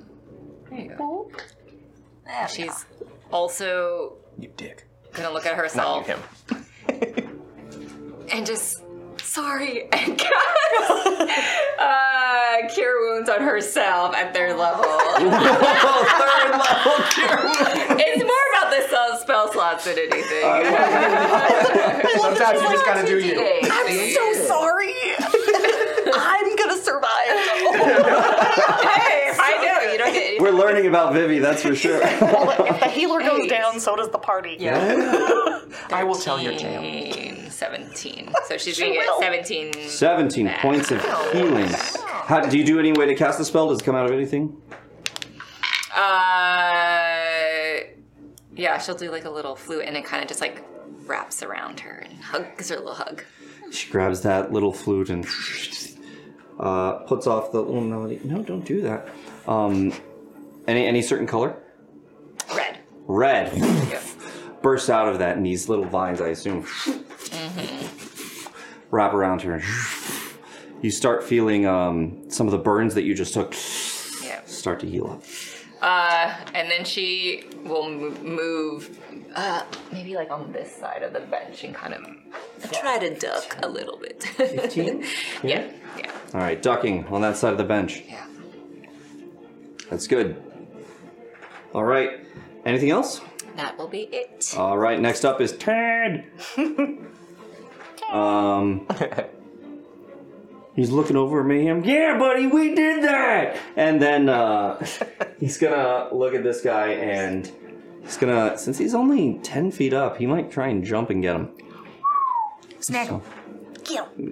there you go. She's also you dick gonna look at Not you, herself him. and just sorry and cast uh, cure wounds on herself at their level. Third level cure It's more about the spell, spell slots than anything. Sometimes you just gotta do you. I'm so sorry. I'm gonna survive. hey, I know you don't get We're learning about Vivi, that's for sure. If the healer goes down, so does the party. Yeah. I will tell your tale. and 17. So she's going to get will. 17. 17 back. points of healing. How, do you do any way to cast the spell? Does it come out of anything? Uh, yeah, she'll do like a little flute and it kind of just like wraps around her and hugs her a little hug. She grabs that little flute and uh, puts off the little melody. No, don't do that. Um, any any certain color? Red. Red. Bursts out of that, and these little vines, I assume, wrap around her. You start feeling um, some of the burns that you just took Yeah. start to heal up. Uh, and then she will mo- move uh, maybe like on this side of the bench and kind of try to duck a little bit. 15? yeah. Yeah. All right, ducking on that side of the bench. Yeah. That's good. All right. Anything else? That will be it. All right. Next up is Tad. um, he's looking over at me. I'm, yeah, buddy, we did that. And then uh, he's gonna look at this guy and he's gonna, since he's only ten feet up, he might try and jump and get him. Snack.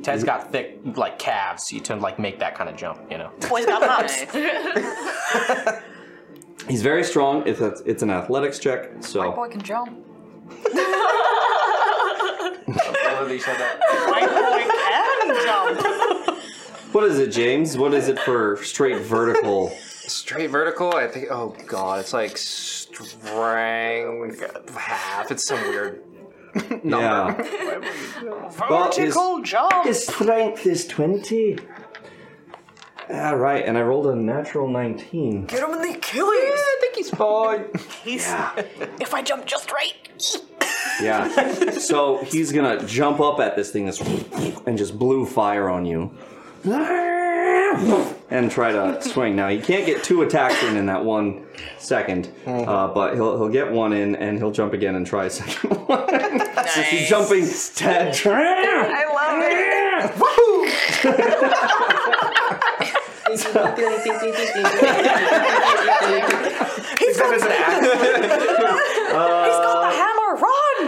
Ted's got thick, like calves. You tend to like make that kind of jump, you know. Boys got hops. He's very strong. It's a, it's an athletics check. So White boy can jump. What is it, James? What is it for straight vertical? Straight vertical, I think. Oh god, it's like strength half. It's some weird number. Vertical jump. His strength is 20. All right, and I rolled a natural 19. Get him in the Achilles. Yeah, I think he's fine. he's. If I jump just right. Yeah. so he's going to jump up at this thing that's and just blue fire on you and try to swing. Now, he can't get two attacks in in that one second, Mm-hmm. uh, but he'll, he'll get one in and he'll jump again and try a second one. Since he's jumping, Ted. I love it. He's got an He's got the hammer. Run.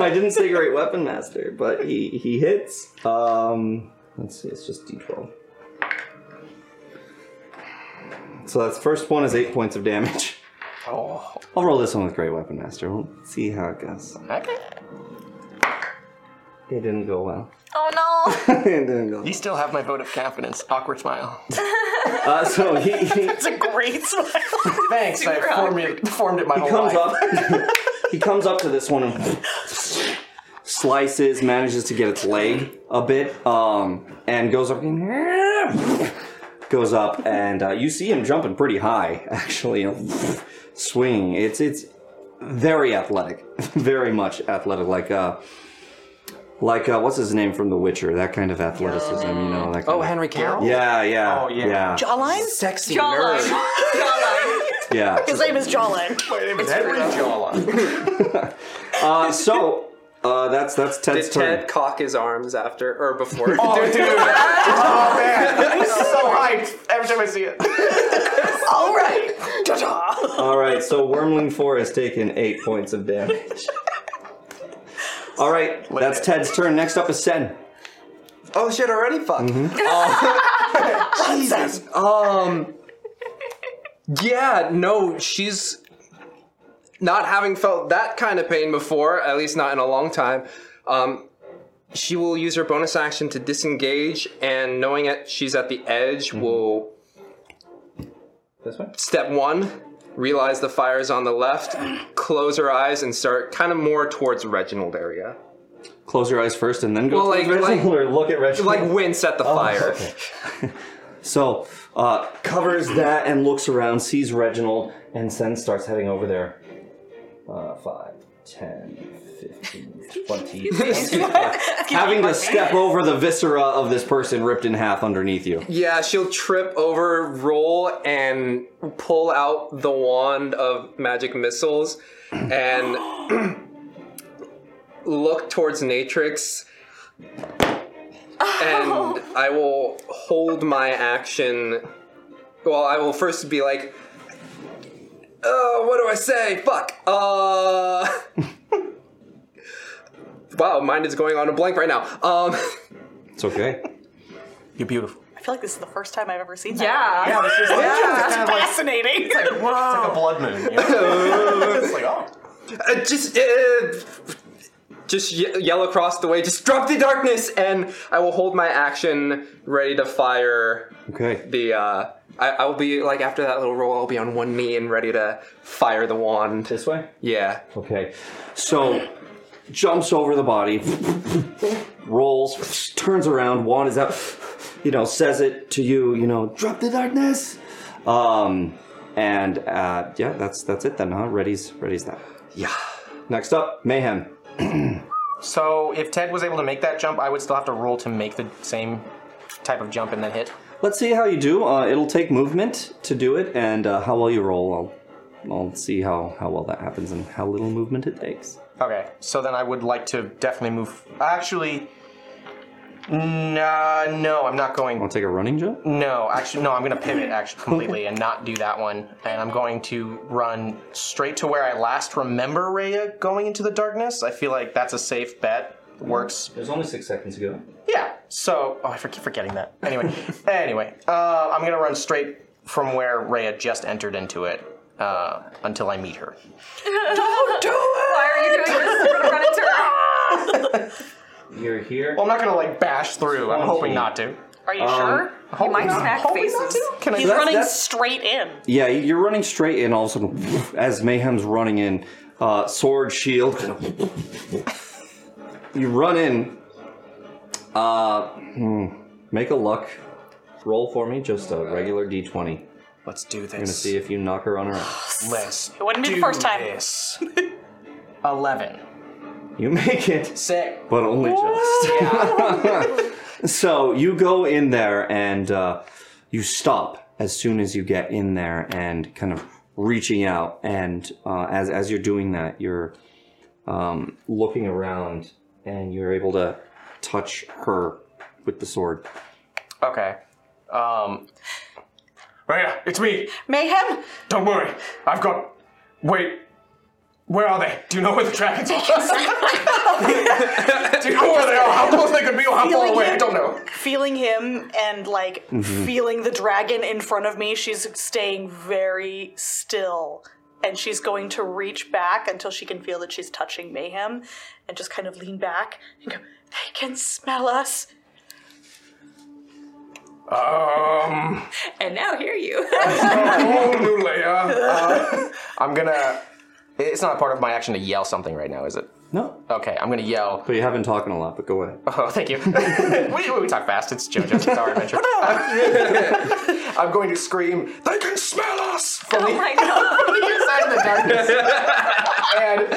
I didn't say great weapon master, but he he hits. Um, let's see, it's just d12. So that's first one is eight points of damage. Oh. I'll roll this one with great weapon master. We'll see how it goes. Okay. It didn't go well. Oh it didn't go. You still have my vote of confidence. Awkward smile. Uh, so he, he That's a great smile. Thanks. I formed it, formed it my he whole comes life. up. he comes up to this one and slices, manages to get its leg a bit, um, and goes up. Goes up, and uh, you see him jumping pretty high, actually, swinging. It's it's very athletic, very much athletic, like uh, like uh, what's his name from The Witcher? That kind of athleticism, you know. That kind Oh, of- Henry Carroll? Yeah, yeah, Oh, yeah. yeah. Jawline? Sexy Jawline. yeah. His name is Jawline. My name is Henry Jawline. Uh, so uh, that's that's Ted's Did turn. Ted cock his arms after or before? Oh, dude. oh, man. I'm so hyped every time I see it. All right. Ta-ta. All right, so Wormling Four has taken eight points of damage. All right, that's Ted's turn. Next up is Sen. Oh shit! Already fuck. Jesus. Um. Yeah. No, she's not having felt that kind of pain before. At least not in a long time. Um, she will use her bonus action to disengage, and knowing that she's at the edge, will Mm-hmm. This way. step one realize the fire is on the left, close her eyes, and start kind of more towards Reginald area. Close your eyes first, and then go Well, towards like- Reginald, like- or look at Reginald. Like wince at the Oh, fire. okay. so uh, covers that and looks around, sees Reginald, and Sen starts heading over there. Uh, five, ten, fifteen, twenty. Having to step over the viscera of this person ripped in half underneath you. Yeah, she'll trip over, roll, and pull out the wand of magic missiles and look towards Natrix. And I will hold my action. Well, I will first be like, uh, what do I say? Fuck. Uh. Wow, mine is going on a blank right now. Um, it's okay. You're beautiful. I feel like this is the first time I've ever seen Yeah. that. Yeah, this is- Yeah. It's kind of like- fascinating. It's like, whoa. It's like a blood moon. you know? it's like, oh. Uh, just, uh, just ye- yell across the way. Just drop the darkness, and I will hold my action ready to fire. Okay. The uh, I, I will be like after that little roll, I'll be on one knee and ready to fire the wand. This way. Yeah. Okay. So jumps over the body, rolls, turns around, wand is out, you know, says it to you, you know, drop the darkness. Um and uh yeah, that's that's it then, huh? Ready's ready's that. Yeah. Next up, mayhem. So if Ted was able to make that jump, I would still have to roll to make the same type of jump and then hit. Let's see how you do. Uh, it'll take movement to do it, and uh, how well you roll. I'll, I'll see how, how well that happens and how little movement it takes. Okay, so then I would like to definitely move. Actually, nah, no, I'm not going. Want to take a running jump? No, actually, no, I'm going to pivot actually completely and not do that one. And I'm going to run straight to where I last remember Raya going into the darkness. I feel like that's a safe bet. Works. There's only six seconds ago. Yeah. So, oh, I keep forgetting that. Anyway, anyway, uh, I'm gonna run straight from where Raya just entered into it uh, until I meet her. Don't do it! Why are you doing this? We're gonna run into You're here. Well, I'm not gonna like bash through. I'm hoping not to. Are you Um, sure? He might smack faces. Can I He's That's- running that's- straight in. Yeah, you're running straight in. All of a sudden, as Mayhem's running in, uh, sword, shield. you run in. Uh, hmm, make a luck roll for me, just a regular d20. Let's do this. I'm gonna see if you knock her on her ass. Let's. It wouldn't be the do first time. This. Eleven. You make it, Sick. but only just. so you go in there and uh, you stop as soon as you get in there and kind of reaching out. And uh, as as you're doing that, you're um, looking around and you're able to touch her with the sword. Okay. Um. Raya, it's me. Mayhem? Don't worry. I've got. Wait. Where are they? Do you know where the dragons are? Do you know where they are? How close they could be or how far Feeling away? I him- don't know. Feeling him and like Mhm. feeling the dragon in front of me, she's staying very still. And she's going to reach back until she can feel that she's touching mayhem and just kind of lean back and go, They can smell us. Um. And now hear you. Oh, new Leia. Uh, I'm gonna. It's not part of my action to yell something right now, is it? No. Uh, Okay, I'm gonna yell. But you have been talking a lot, but go ahead. Oh, thank you. we, we talk fast. It's JoJo. It's our adventure. I'm going to scream. They can smell us from Oh the, from the inside of the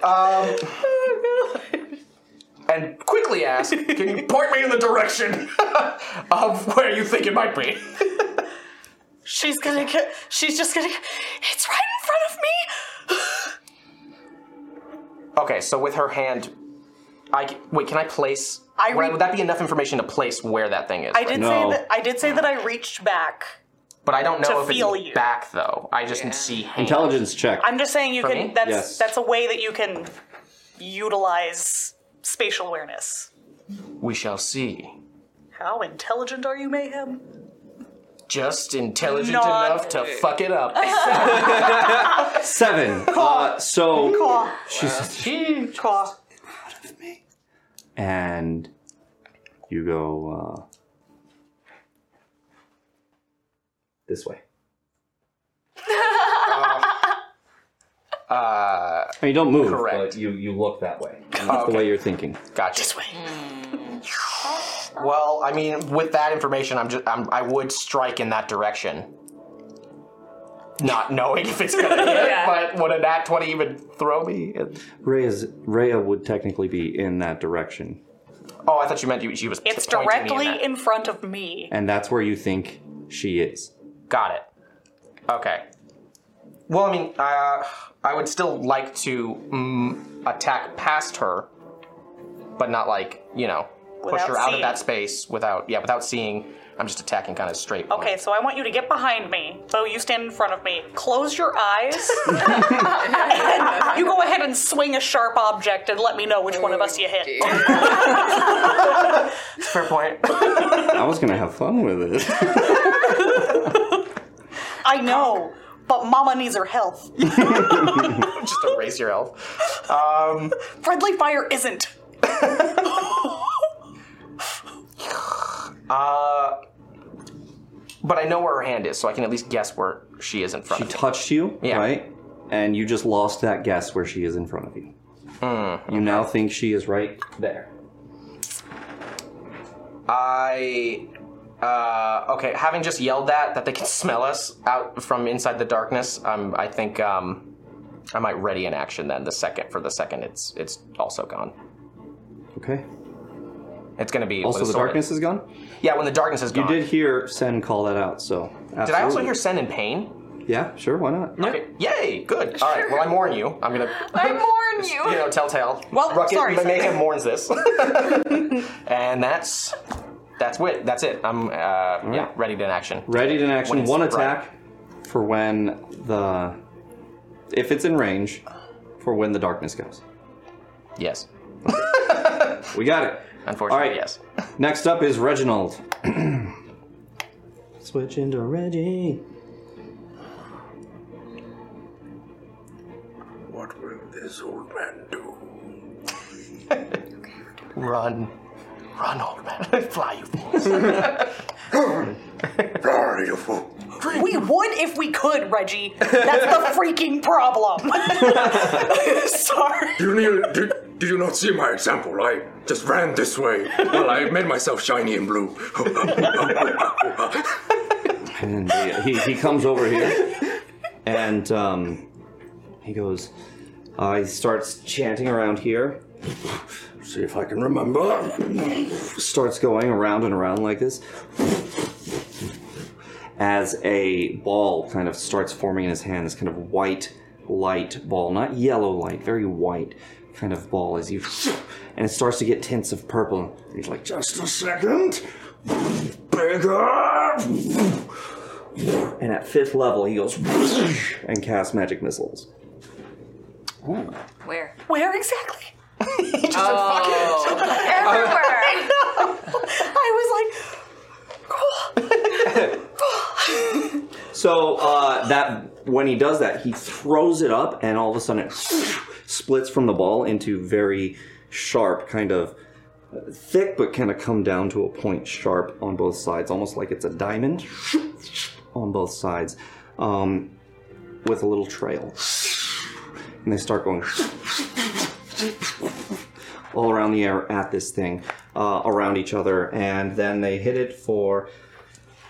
darkness. and um. And quickly ask, can you point me in the direction of where you think it might be? She's gonna get, she's just gonna, It's right in front of me. Okay, so with her hand, I c- wait. Can I place? I would I- re- would that be enough information to place where that thing is? I did say that I did say that I reached back. but I don't know to if it's feel you. back though. I just see hand. Intelligence check. I'm just saying you For can me? that's Yes. that's a way that you can utilize spatial awareness. We shall see. How intelligent are you, Mayhem? Just intelligent Not- enough to fuck it up. Seven. Uh, so Caw. she's Caw. and you go uh, this way. Uh, I mean, you don't move. Correct. But you you look that way. That's Okay. the way you're thinking. Gotcha. This way. Well, I mean, with that information, I'm just I'm, I would strike in that direction, not knowing if it's gonna hit. But would a nat twenty even throw me? Rhea's, Rhea would technically be in that direction, Oh, I thought you meant you, she was. It's pointing me in directly that- in front of me. and that's where you think she is. Got it. Okay. Well, I mean, uh, I would still like to mm, attack past her, but not like you know push Without her out of seeing. that space without yeah without seeing. I'm just attacking kind of straight. Okay, so I want you to get behind me. Bo, you stand in front of me. Close your eyes. and you go ahead and swing a sharp object and let me know which one of us you hit. Fair point. I was gonna have fun with it. I know, but Mama needs her health. just erase your health. Um, Friendly fire isn't. uh, but I know where her hand is, so I can at least guess where she is in front she of me. touched you, right? And you just lost that guess where she is in front of you. You now think she is right there. I. Uh, okay, having just yelled that, that they can smell us out from inside the darkness, um, I think um, I might ready in action then the second, for the second it's it's also gone. Okay. Oh, It's gonna be. Also, with a the sword. darkness is gone. Yeah, when the darkness is You gone. did hear Sen call that out, so. Did I also absolutely. hear Mm. Sen in pain? Yeah, sure. Why not? Okay. Yay! Good. All right. Well, I mourn you. I'm gonna. I mourn you. You know, telltale. Well, Rucket, sorry, but sorry. Mayhem mourns this. and that's that's it. That's it. I'm uh, yeah ready to in action. Ready in When action. it's One right. attack for when the if it's in range for when the darkness goes. Yes. we got it. Unfortunately, All right. yes. Next up is Reginald. Switch into Reggie. What will this old man do? Run, run, old man. Fly, you Fly, you fool. we would if we could, Reggie. That's the freaking problem. Sorry. Do you, need, do, do you not see my example? I just ran this way while I made myself shiny and blue. And he, he comes over here and um, he goes, uh, he starts chanting around here. See if I can remember. Starts going around and around like this. As a ball kind of starts forming in his hand, this kind of white light ball, not yellow light, very white kind of ball as you. And it starts to get tints of purple. He's like, just a second. Bigger! And at fifth level, he goes and casts magic missiles. Where? Where exactly? he just oh. I know. I was So uh, that when he does that, he throws it up, and all of a sudden it splits from the ball into very sharp, kind of thick, but kind of come down to a point, sharp on both sides, almost like it's a diamond on both sides, um, with a little trail. And they start going all around the air at this thing, uh, around each other, and then they hit it for.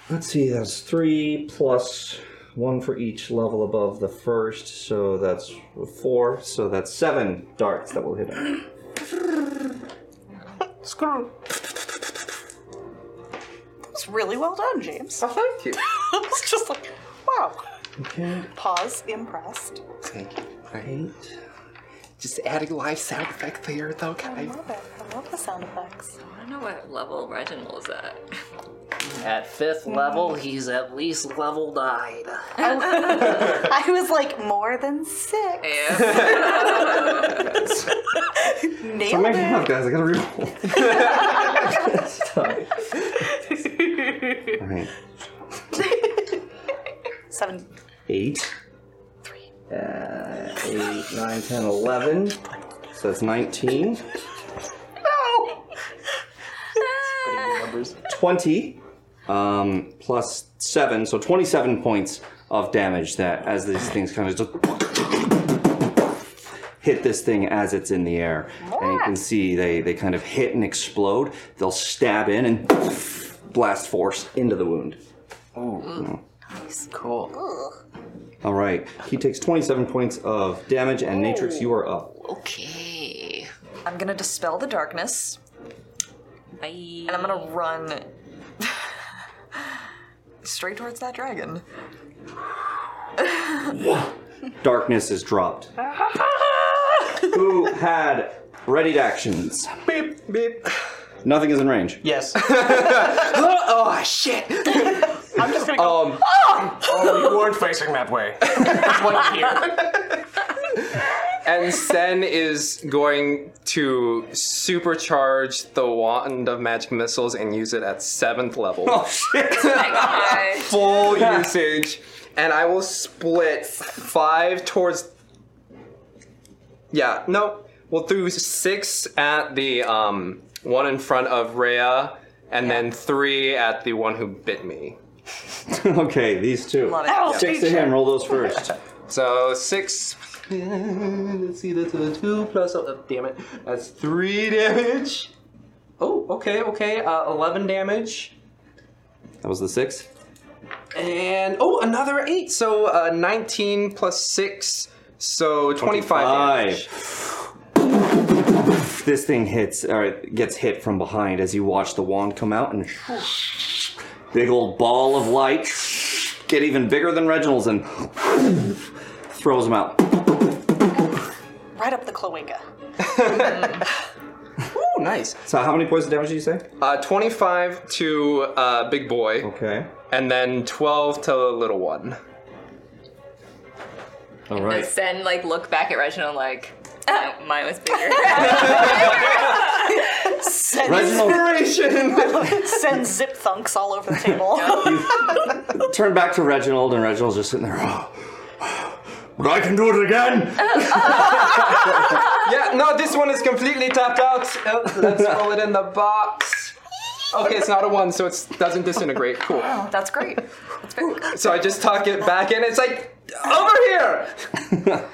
Let's see, that's three plus one for each level above the first, so that's four, so that's seven darts that will hit him. like, screw. That was really well done, James. Oh, thank you. I was just like, wow. Okay. Pause. Impressed. Right. Just adding live sound effect there, though, guys. I love it. I love the sound effects. I don't know what level Reginald's at. At fifth level, he's at least level nine. I was like more than six. so Nailed make it. it up, guys. I gotta reroll. All right, Seven. eight. Uh, eight, nine, ten, eleven. So that's nineteen. No. Twenty. Um, plus seven, so twenty-seven points of damage. That as these things kind of just hit this thing as it's in the air. And you can see they, they kind of hit and explode. They'll stab in and blast force into the wound. Mm. Oh, nice. Cool. All right. He takes 27 points of damage, and Natrix, you are up. Okay. I'm gonna dispel the darkness. Bye. And I'm gonna run straight towards that dragon. Darkness is dropped. Who had readied actions? Beep, beep. Nothing is in range. Yes. oh shit! I'm just gonna go. Um, oh! oh, you weren't facing that way. and Sen is going to supercharge the wand of magic missiles and use it at seventh level. Oh shit! Full usage, and I will split five towards. Yeah, no. We'll do six at the um, one in front of Rhea, and then three at the one who bit me. okay, these two. Love it. Ow, Six to feature. him. Roll those first. So six. Let's see, that's a two plus. Oh, damn it. That's three damage. Oh, okay, okay. Uh, 11 damage. That was the six. And, oh, another eight. So uh, 19 plus six. So 25 damage. This thing hits, or it gets hit from behind as you watch the wand come out and big old ball of light get even bigger than Reginald's and throws him out. Right up the cloaca. Ooh, nice. So how many points of damage did you say? Uh, 25 to uh, big boy. Okay. And then 12 to little one. All And Sen like look back at Reginald like, "Oh, mine was bigger. Send Reginald- Send zip thunks all over the table. Turn back to Reginald, and Reginald's just sitting there. oh, but I can do it again. yeah, no, this one is completely tapped out. Oh, Let's roll it in the box. Okay, it's not a one, so it doesn't disintegrate. Cool. Oh, that's great. So I just tuck it back in. It's like over here.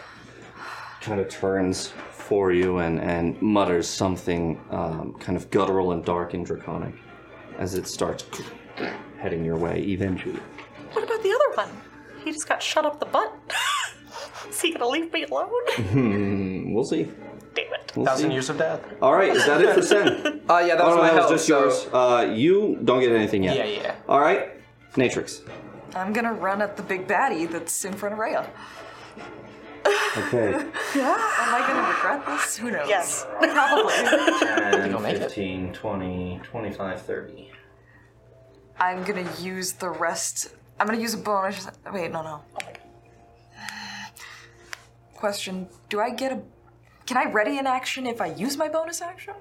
kind of turns for you and, and mutters something um, kind of guttural and dark and draconic as it starts heading your way eventually. What about the other one? He just got shut up the butt. Is he gonna leave me alone? Hmm, we'll see. Damn it. We'll Thousand see. Oh. years of death. All right, is that it for Sen? Uh, yeah, that oh, was no, my that health, was just so- yours. Uh, you don't get anything yet. Yeah, yeah. All right, Natrix. I'm gonna run at the big baddie that's in front of Rhea. Okay. Am I gonna regret this? Who knows? Yes. Probably. 10, make it. 15, 20, 25, 30. I'm gonna use the rest. I'm gonna use a bonus. Wait, no, no. Question: Do I get a? Can I ready an action if I use my bonus action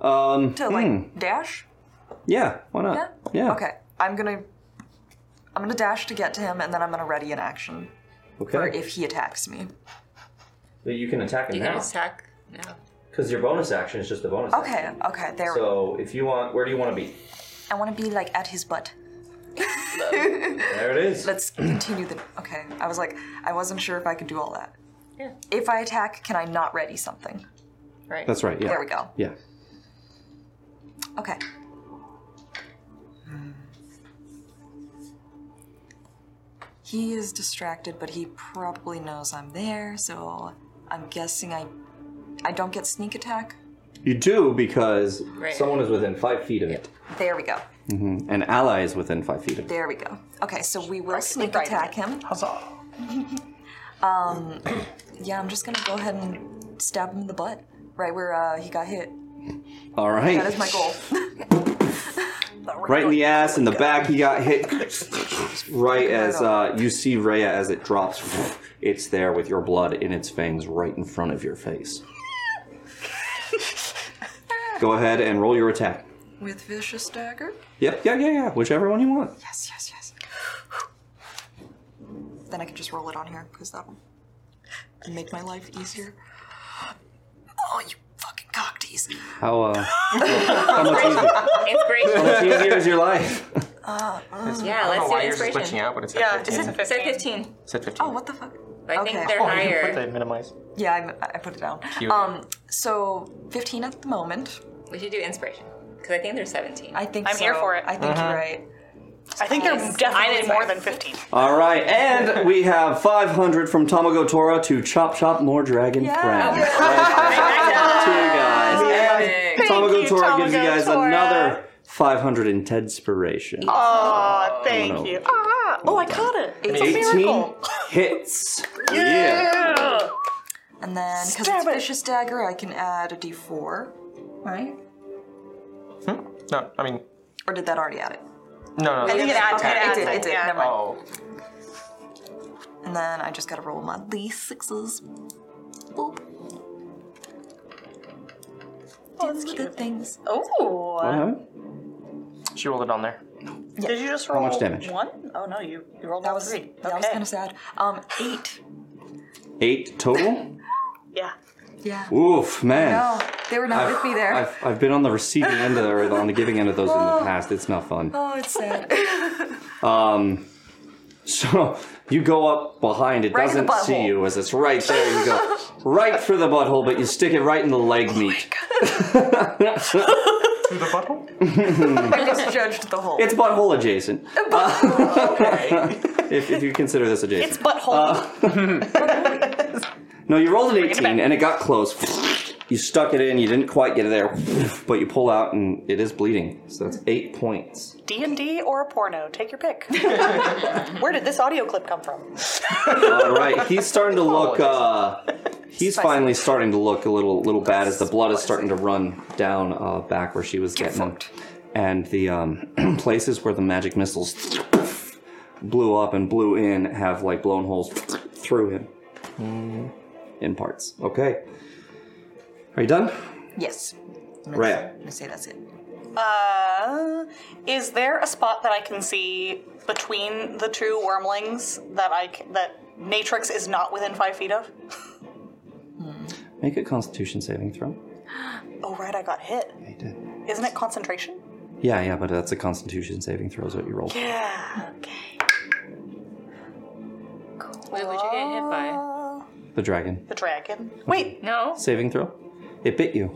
Um, to like hmm, dash? yeah, why not? Yeah. Okay. I'm gonna. I'm gonna dash to get to him, and then I'm gonna ready an action Okay. for if he attacks me. But you can attack him now. attack. No. Because your bonus action is just a bonus Okay. Okay. There. So if you want, where do you want to be? I want to be like at his butt. There it is. Let's continue the. Okay, I was like, I wasn't sure if I could do all that. Yeah. If I attack, can I not ready something? Right. That's right. Yeah. There we go. Yeah. Okay. He is distracted, but he probably knows I'm there, so I'm guessing I, I don't get sneak attack. You do because Right. someone is within five feet of it. There we go. hmm An ally is within five feet of it. There we go. Okay, so we will sneak attack him. Huzzah! um, yeah, I'm just gonna go ahead and stab him in the butt, right where uh, he got hit. All right. That is my goal. Right in the ass, in the back, he got hit. right as uh, you see Rhea as it drops, it's there with your blood in its veins right in front of your face. Go ahead and roll your attack. With vicious dagger. Yep, yeah, yeah, yeah. Whichever one you want. Yes, yes, yes. Then I can just roll it on here because that'll make my life easier. Oh, you fucking cocktease. How, uh, how much easier? Inspiration. How much easier is your life? Uh, uh, Yeah, let's do inspiration. but it's Yeah, at 15. is it It's at 15. It's at 15. Oh, what the fuck? But I Okay. think they're Oh, you You can put higher. that minimize. Yeah, I, I put it down. Cute. Um, so 15 at the moment. We should do inspiration. Because I think they're 17. I think I'm so. here for it. I think Mhm. you're right. I think they're Yes. definitely I'm more than 15. All right, and we have 500 from Tamago Tora to Chop Chop More Dragon Friend. Two guys. And Thank Tamago you, Tora gives you Tamago guys Tora. another 500 in Ted Spiration. Oh, thank no. you. Ah, oh, I caught it. It's a 18 miracle. hits. And then, because it's vicious dagger, I can add a d4, right? No, I mean, Or did that already add it? no, no. I think it adds okay, it. It did, it did. Never mind. Oh, And then I just gotta roll my these sixes. Boop. Things with good things. Oh. What happened? she rolled it on there. Did you just How roll much damage? one? Oh no, you, you rolled that was three. That was kind of sad. Um, eight. Eight total? Yeah. Yeah. Oof, man. No, they were not with me there. I've, I've been on the receiving end of or on the giving end of those in Oh. the past. It's not fun. Oh, it's sad. Um, so you go up behind. It Right in the doesn't see butthole. you as it's right there. You go right for the butthole, but you stick it right in the leg meat. Through the butthole? I misjudged the whole. It's butthole adjacent. if, if you consider this adjacent. It's butthole. Uh, no, you rolled an 18 and it got close. You stuck it in, you didn't quite get it there, but you pull out and it is bleeding. So that's eight points. D and D or a porno? Take your pick. Where did this audio clip come from? All right, he's starting to look. Uh, he's finally starting to look a little little bad as the blood is starting to run down uh, back where she was getting him, and the um, places where the magic missiles blew up and blew in have like blown holes through him in parts. Okay, are you done? Yes. I'm Right. I'm gonna say that's it. Uh, is there a spot that I can see between the two wormlings that I c- that Matrix is not within five feet of? Make a Constitution saving throw. Oh right, I got hit. I did. Isn't it concentration? Yeah, yeah, but that's a Constitution saving throw is what you rolled. Yeah. Wait, what'd you get hit by? The dragon The dragon. Wait. No. saving throw. It bit you.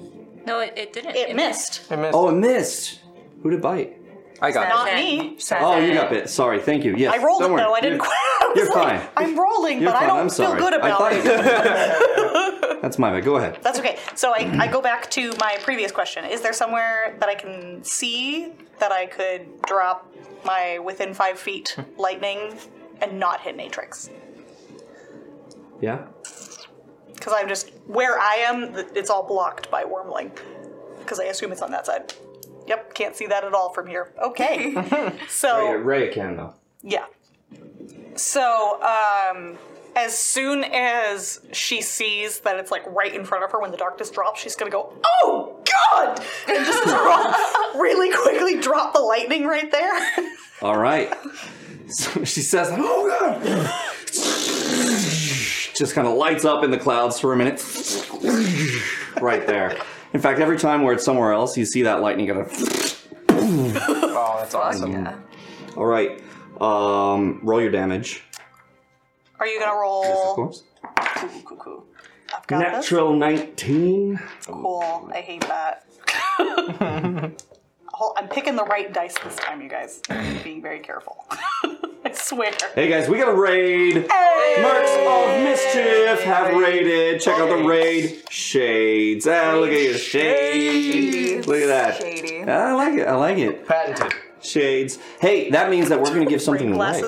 No, it, it didn't. It missed. Oh, it missed. Who did bite? I got Not bit. me. Oh, you got bit. Sorry. Thank you. Yes. I rolled Don't it worry. though. I didn't. You're, quit. I was you're like, fine. I'm rolling, You're but I fine. don't I'm sorry. feel good I about thought it. That's my bad. Go ahead. That's okay. So I, I go back to my previous question. Is there somewhere that I can see that I could drop my within five feet lightning and not hit Matrix? Yeah. Because I'm just where I am. th- It's all blocked by Wormling. Because I assume it's on that side. Yep, can't see that at all from here. Okay, so Ray can though. Yeah. So, um, as soon as she sees that it's like right in front of her when the darkness drops, she's gonna go, "Oh God!" and just drop, really quickly drop the lightning right there. All right. So she says, "Oh God!" Just kind of lights up in the clouds for a minute. Right there. In fact, every time where it's somewhere else, you see that lightning kind of. oh, that's awesome. All right. Um, roll your damage. Are you gonna Of roll? course. Cool, cool, cool. got this. Natural 19. Cool. I hate that. Hol- I'm picking the right dice this time, you guys. I'm being very careful. I swear. Hey guys, we got a raid. Mercs of Mischief have raided. Check out the raid shades. Ah, look at your shades. Look at that. Ah, Shady. I like it. I like it. Patented shades. Hey, that means that we're gonna give something away.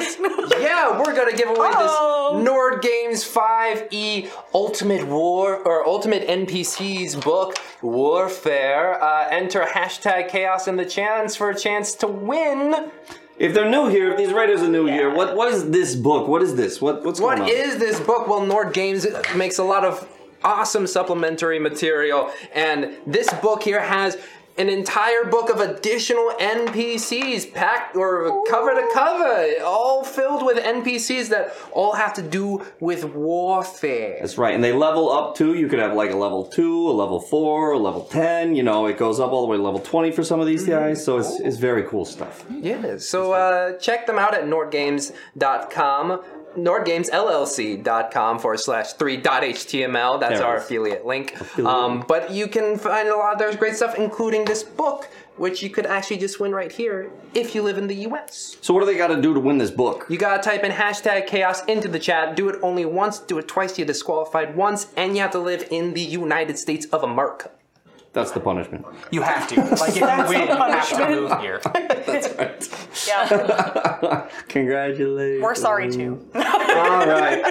yeah, we're gonna give away this Nord Games 5e Ultimate War or Ultimate NPCs book Warfare. Uh, enter hashtag Chaos in the Chance for a chance to win. If they're new here, if these raiders are new here, what what is this book? What is this? What what's What going on? is this book? Well, Nord Games makes a lot of awesome supplementary material, and this book here has an entire book of additional NPCs packed or cover to cover, all filled with NPCs that all have to do with warfare. That's right, and they level up too. You could have like a level two, a level four, a level ten. You know, it goes up all the way to level twenty for some of these guys. So it's it's very cool stuff. Yeah, so uh, check them out at nordgames.com. NordGamesLLC.com forward slash 3.html. That's There it our is. affiliate link. Um, but you can find a lot of their great stuff, including this book, which you could actually just win right here if you live in the US. So what do they got to do to win this book? You gotta type in hashtag chaos into the chat. Do it only once, do it twice, you're disqualified once, and you have to live in the United States of America. That's the punishment. You have to. Like, if you win, you have to move here. That's right. Yeah, Congratulations. we're sorry too. All right.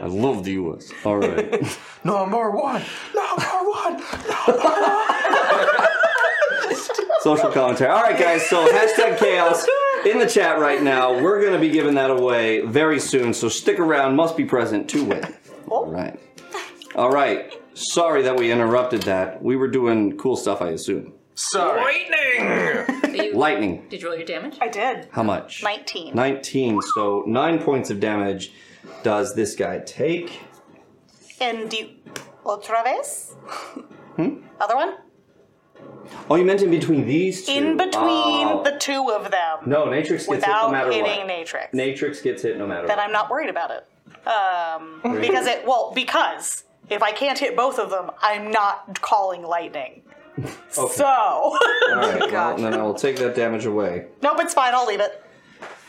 I love the US. All right. Number one. Number one. Social commentary. All right, guys. So hashtag chaos in the chat right now. We're going to be giving that away very soon. So stick around. Must be present to win. All right. All right. Sorry that we interrupted that. We were doing cool stuff, I assume. Sorry. You- Lightning. Did you roll your damage? I did. How much? 19. 19. So nine points of damage. Does this guy take? And you. Otra vez? Hmm? Other one? Oh, you meant in between these two. In between Oh. the two of them. No, Natrix gets Without hit no matter hitting what. Natrix. Natrix gets hit no matter Then what. I'm not worried about it. Um, Really? because it. Well, because if I can't hit both of them, I'm not calling lightning. Okay. So. All right. Well, then I will take that damage away. Nope, it's fine. I'll leave it.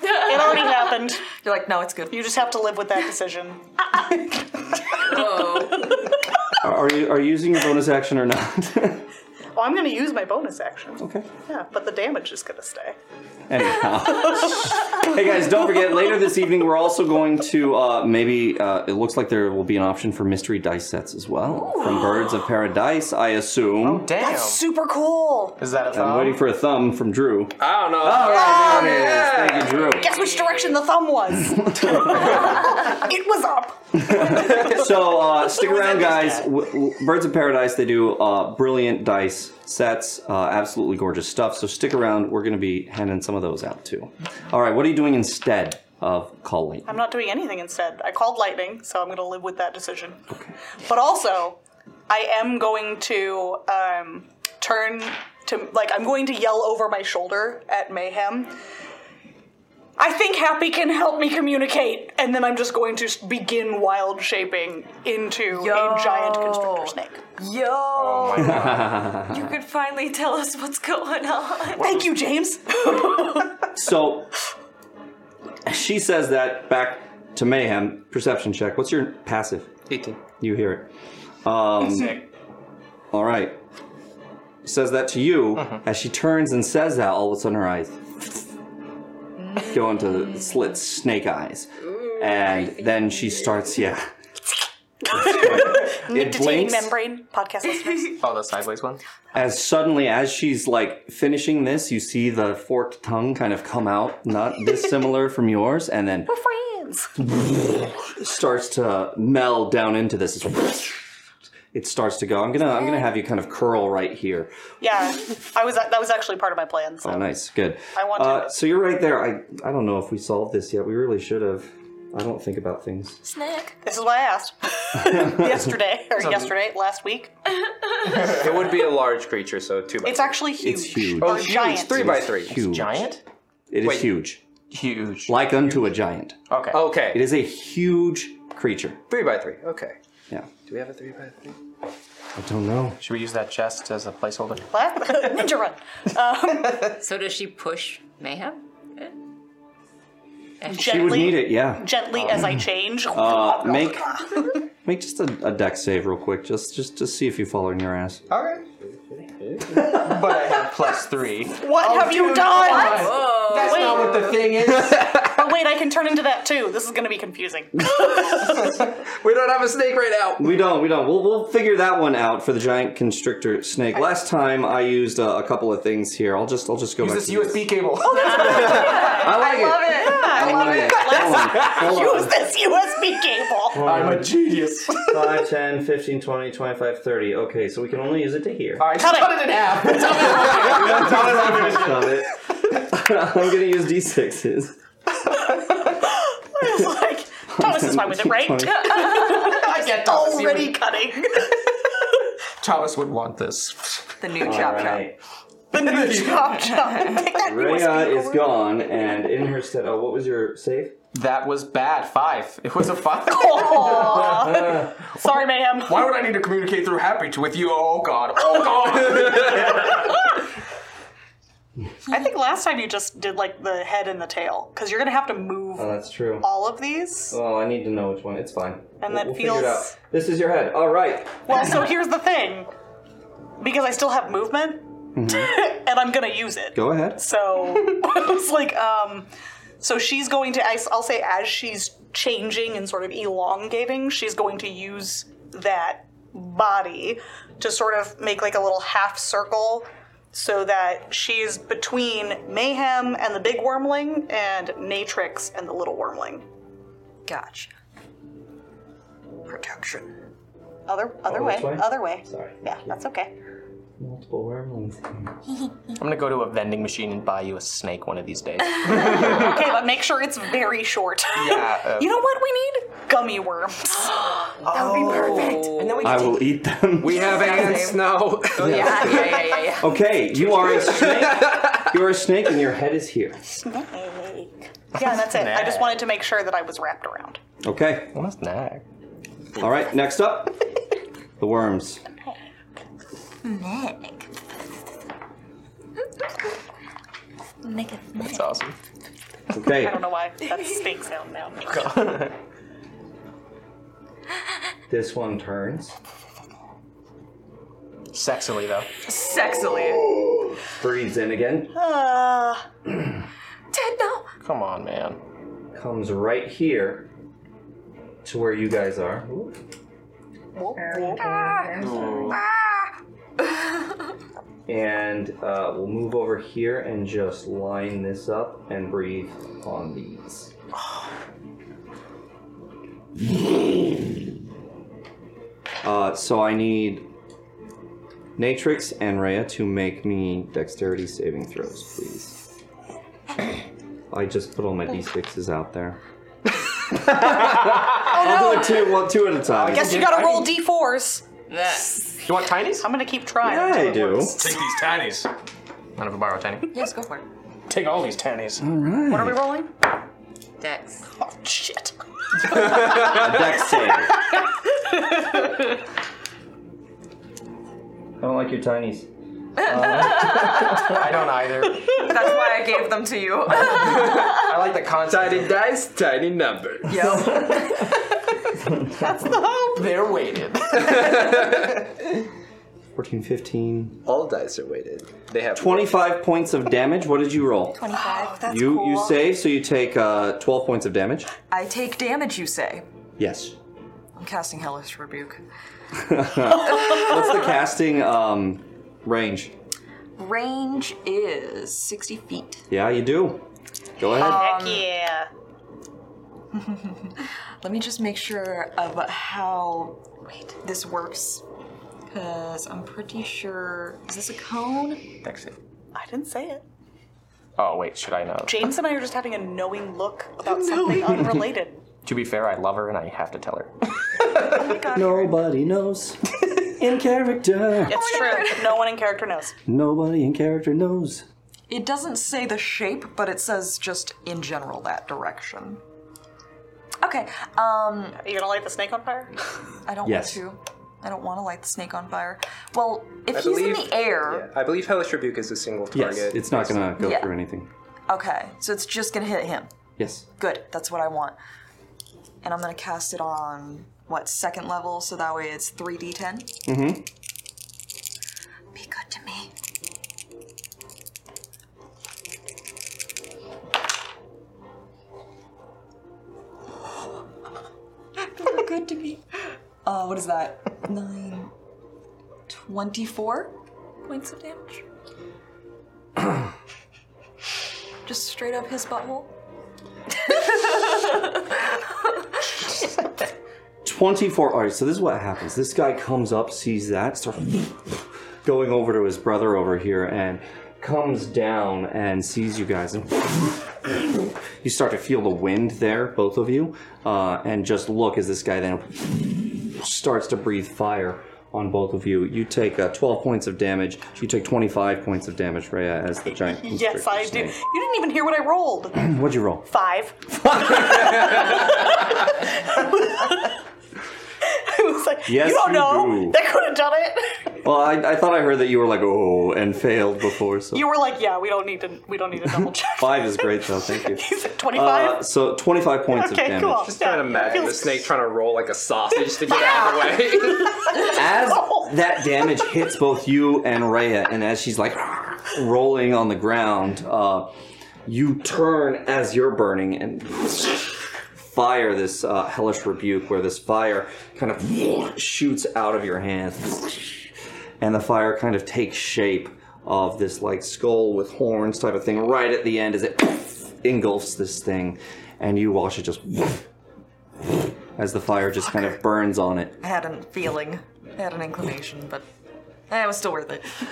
It already happened. You're like, no, it's good. You just have to live with that decision. Are are you are you using your bonus action or not? Oh, I'm going to use my bonus action. Okay. Yeah, but the damage is going to stay. Anyhow. hey guys, don't forget later this evening we're also going to uh, maybe uh, it looks like there will be an option for mystery dice sets as well from Birds of Paradise, I assume. Oh damn! That's super cool. Is that a thumb? I'm waiting for a thumb from Drew. I don't know. All right, there it is. Thank you, Drew. Guess which direction the thumb was? it was up. so uh, stick around, guys. W- w- Birds of Paradise, they do uh, brilliant dice sets, uh, absolutely gorgeous stuff. So stick around. We're going to be handing some of those out too. All right, what are you doing instead of calling? I'm not doing anything instead. I called lightning, so I'm going to live with that decision. But also, I am going to um, turn to, like, I'm going to yell over my shoulder at Mayhem. I think Happy can help me communicate, and then I'm just going to s- begin wild shaping into a giant constrictor snake. Yo! Oh You could finally tell us what's going on. Thank you, James. so she says that back to Mayhem. Perception check. What's your passive? 18. You hear it. Um, Sick. All right. Says that to you. As she turns and says that, all of a sudden her eyes go into slit snake eyes. and then she starts, yeah. it Nicotine blinks. membrane podcast listeners. Oh, the sideways one. As suddenly as she's like finishing this, you see the forked tongue kind of come out, not dissimilar from yours, and then We're friends. starts to meld down into this. It starts to go. I'm gonna I'm gonna have you kind of curl right here. Yeah, I was. That was actually part of my plan. So. Oh, nice, good. I want Uh, so you're right there. I I don't know if we solved this yet. We really should have. I don't think about things. Snack. This is why I asked yesterday or yesterday, last week. it would be a large creature, so two by It's actually huge. It's huge. Oh, Or huge. giant. Three by three. Huge. Giant? It is Wait. huge. Huge. Like unto a giant. Okay. Okay. It is a huge creature. Three by three. Okay. Yeah. Do we have a three by three? I don't know. Should we use that chest as a placeholder? What? Ninja run. Um, so does she push Mayhem? gently, She would need it, yeah. Gently as I change. Um, Uh, make make just a, a deck save real quick, just just to see if you fall in your ass. All right. but I have plus three. What have you done? What? That's wait, not what the thing is. oh, wait, I can turn into that too. This is going to be confusing. We don't have a snake right now. We don't. We don't. We'll, we'll figure that one out for the giant constrictor snake. Last time I used a, a couple of things here. I'll just I'll just go Use back this to USB cable. Oh, I like it. I I love love it. it. Hold on, hold Let's use this USB cable. genius. 5, 10, 15, 20, 25, 30. Okay, so we can only use it to here. Alright, cut it in half. Shove it. I'm gonna use d6s. like, Thomas is fine with it, right? I get Thomas, he already would- cutting. Thomas would want this. The new All chop chop. right. The new chop chop. Take that Rhea USB is gone, and in her stead. Oh, what was your save? That was bad. Five. It was a five. Aw. Sorry, ma'am. Why would I need to communicate through happy to with you? Oh god. Oh god. I think last time you just did like the head and the tail because you're gonna have to move Oh, that's true. all of these. Oh, I need to know which one. It's fine. We'll- And that we'll figure it feels- out. This is your head. All right. Well, so here's the thing, because I still have movement Mm-hmm. and I'm gonna use it. Go ahead. So it's like, um, so she's going to. I, will say as she's changing and sort of elongating, she's going to use that body to sort of make like a little half circle so that she's between Mayhem and the big wormling and Natrix and the little wormling. Gotcha. Protection. Other other Oh, way, which way? Other way. Sorry. Yeah, that's okay. Multiple wormlings. I'm gonna go to a vending machine and buy you a snake one of these days. Uh, okay, but make sure it's very short. Yeah, uh, you know what we need? Gummy worms. that would be perfect. And then we I will eat them. We have ants now. Oh, yeah, yeah, Okay, you are a snake. You're a snake, and your head is here. Snake. Yeah, and that's it. I just wanted to make sure that I was wrapped around. Okay. What's next? All right, next up, the worms. Nick. Nick That's awesome. Okay. I don't know why that snake sound now. This one turns. Sexily though. Sexily. Breathes in again. Uh, Ted, no. Come on, man. Comes right here to where you guys are. ah. And uh, we'll move over here and just line this up and breathe on these. Uh, so I need Natrix and Rhea to make me dexterity saving throws, please. I just put all my d6s out there. Oh, I'll do it two, well, two at a time. I guess you gotta roll d4s. Do you want tinies? I'm gonna keep trying. Yeah, I until it do. works. Take these tinies. None of them borrow a tiny. Yes, go for it. Take all these tinies. All right. What are we rolling? Dex. Oh shit. Dex save. I don't like your tinies. I don't either. That's why I gave them to you. I like the concept. Tiny dice, tiny numbers. That's the hope. They're weighted. 14, 15. All dice are weighted. They have 25 points of damage. What did you roll? 25. that's you cool. you save, so you take uh, 12 points of damage. I take damage, you say. Yes. I'm casting Hellish Rebuke. What's the casting um, range? Range is 60 feet. Yeah, you do. Go ahead. Um, yeah. Let me just make sure of how wait, this works. Because I'm pretty sure. Is this a cone? Dex save. I didn't say it. Oh wait, should I know? James and I are just having a knowing look about something unrelated. To be fair, I love her and I have to tell her. Nobody knows. in character. It's true. No one in character knows. Nobody in character knows. It doesn't say the shape, but it says just in general that direction. Okay. Um, Are you gonna light the snake on fire? I don't Yes. want to. I don't want to light the snake on fire. Well, if I he's in believe- the air, Yeah, I believe Hellish Rebuke is a single target. Yes, it's not gonna go Yeah. through anything. Okay, so it's just gonna hit him. Yes. Good, that's what I want. And I'm gonna cast it on what second level, so that way it's three d10. Mm-hmm. Be good to me. Be good to me. Uh, what is that? Nine. 24 points of damage. Just straight up his butthole. 24. All right, so this is what happens. This guy comes up, sees that, starts going over to his brother over here, and comes down and sees you guys. And you start to feel the wind there, both of you, uh, and just look as this guy then starts to breathe fire on both of you. You take uh, 12 points of damage. You take 25 points of damage, Rhea, as the giant. Yes, I do. You snake. didn't even hear what I rolled. What'd you roll? Five. I was like, Yes, you don't you know. do. They could have done it. Well, I, I thought I heard that you were like, oh, and failed before, so. You were like, yeah, we don't need to. We don't need to double check. Five is great, though. Thank you. Twenty-five. Uh, so 25 points Okay, of damage. cool. Just trying to Imagine the snake trying to roll like a sausage to get out of the way. As that damage hits both you and Rhea, and as she's like rolling on the ground, uh, you turn as you're burning and fire this uh, hellish rebuke where this fire kind of shoots out of your hand. And the fire kind of takes shape of this like skull with horns type of thing right at the end as it engulfs this thing, and you watch it just as the fire just kind of burns on it. I had a feeling, I had an inclination, but eh, it was still worth